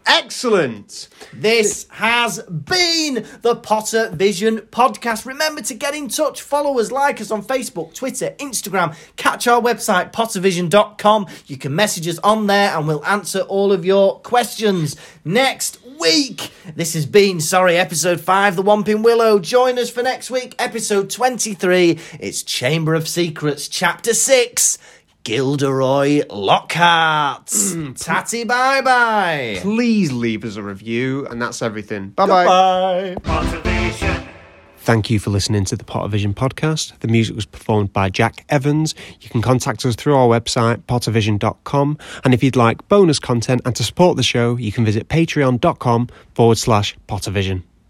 S1: Excellent.
S2: This has been the Potter Vision podcast. Remember to get in touch, follow us, like us on Facebook, Twitter, Instagram, catch our website, pottervision.com. You can message us on there and we'll answer all of your questions next week. This has been, sorry, episode 5, The Wampin' Willow. Join us for next week, episode 23. It's Chamber of Secrets, chapter 6. Gilderoy Lockhart. Tatty bye bye.
S1: Please leave us a review, and that's everything. Bye bye.
S2: Bye.
S3: Motivation.
S1: Thank you for listening to the Potter Vision podcast. The music was performed by Jack Evans. You can contact us through our website, pottervision.com. And if you'd like bonus content and to support the show, you can visit patreon.com forward slash pottervision.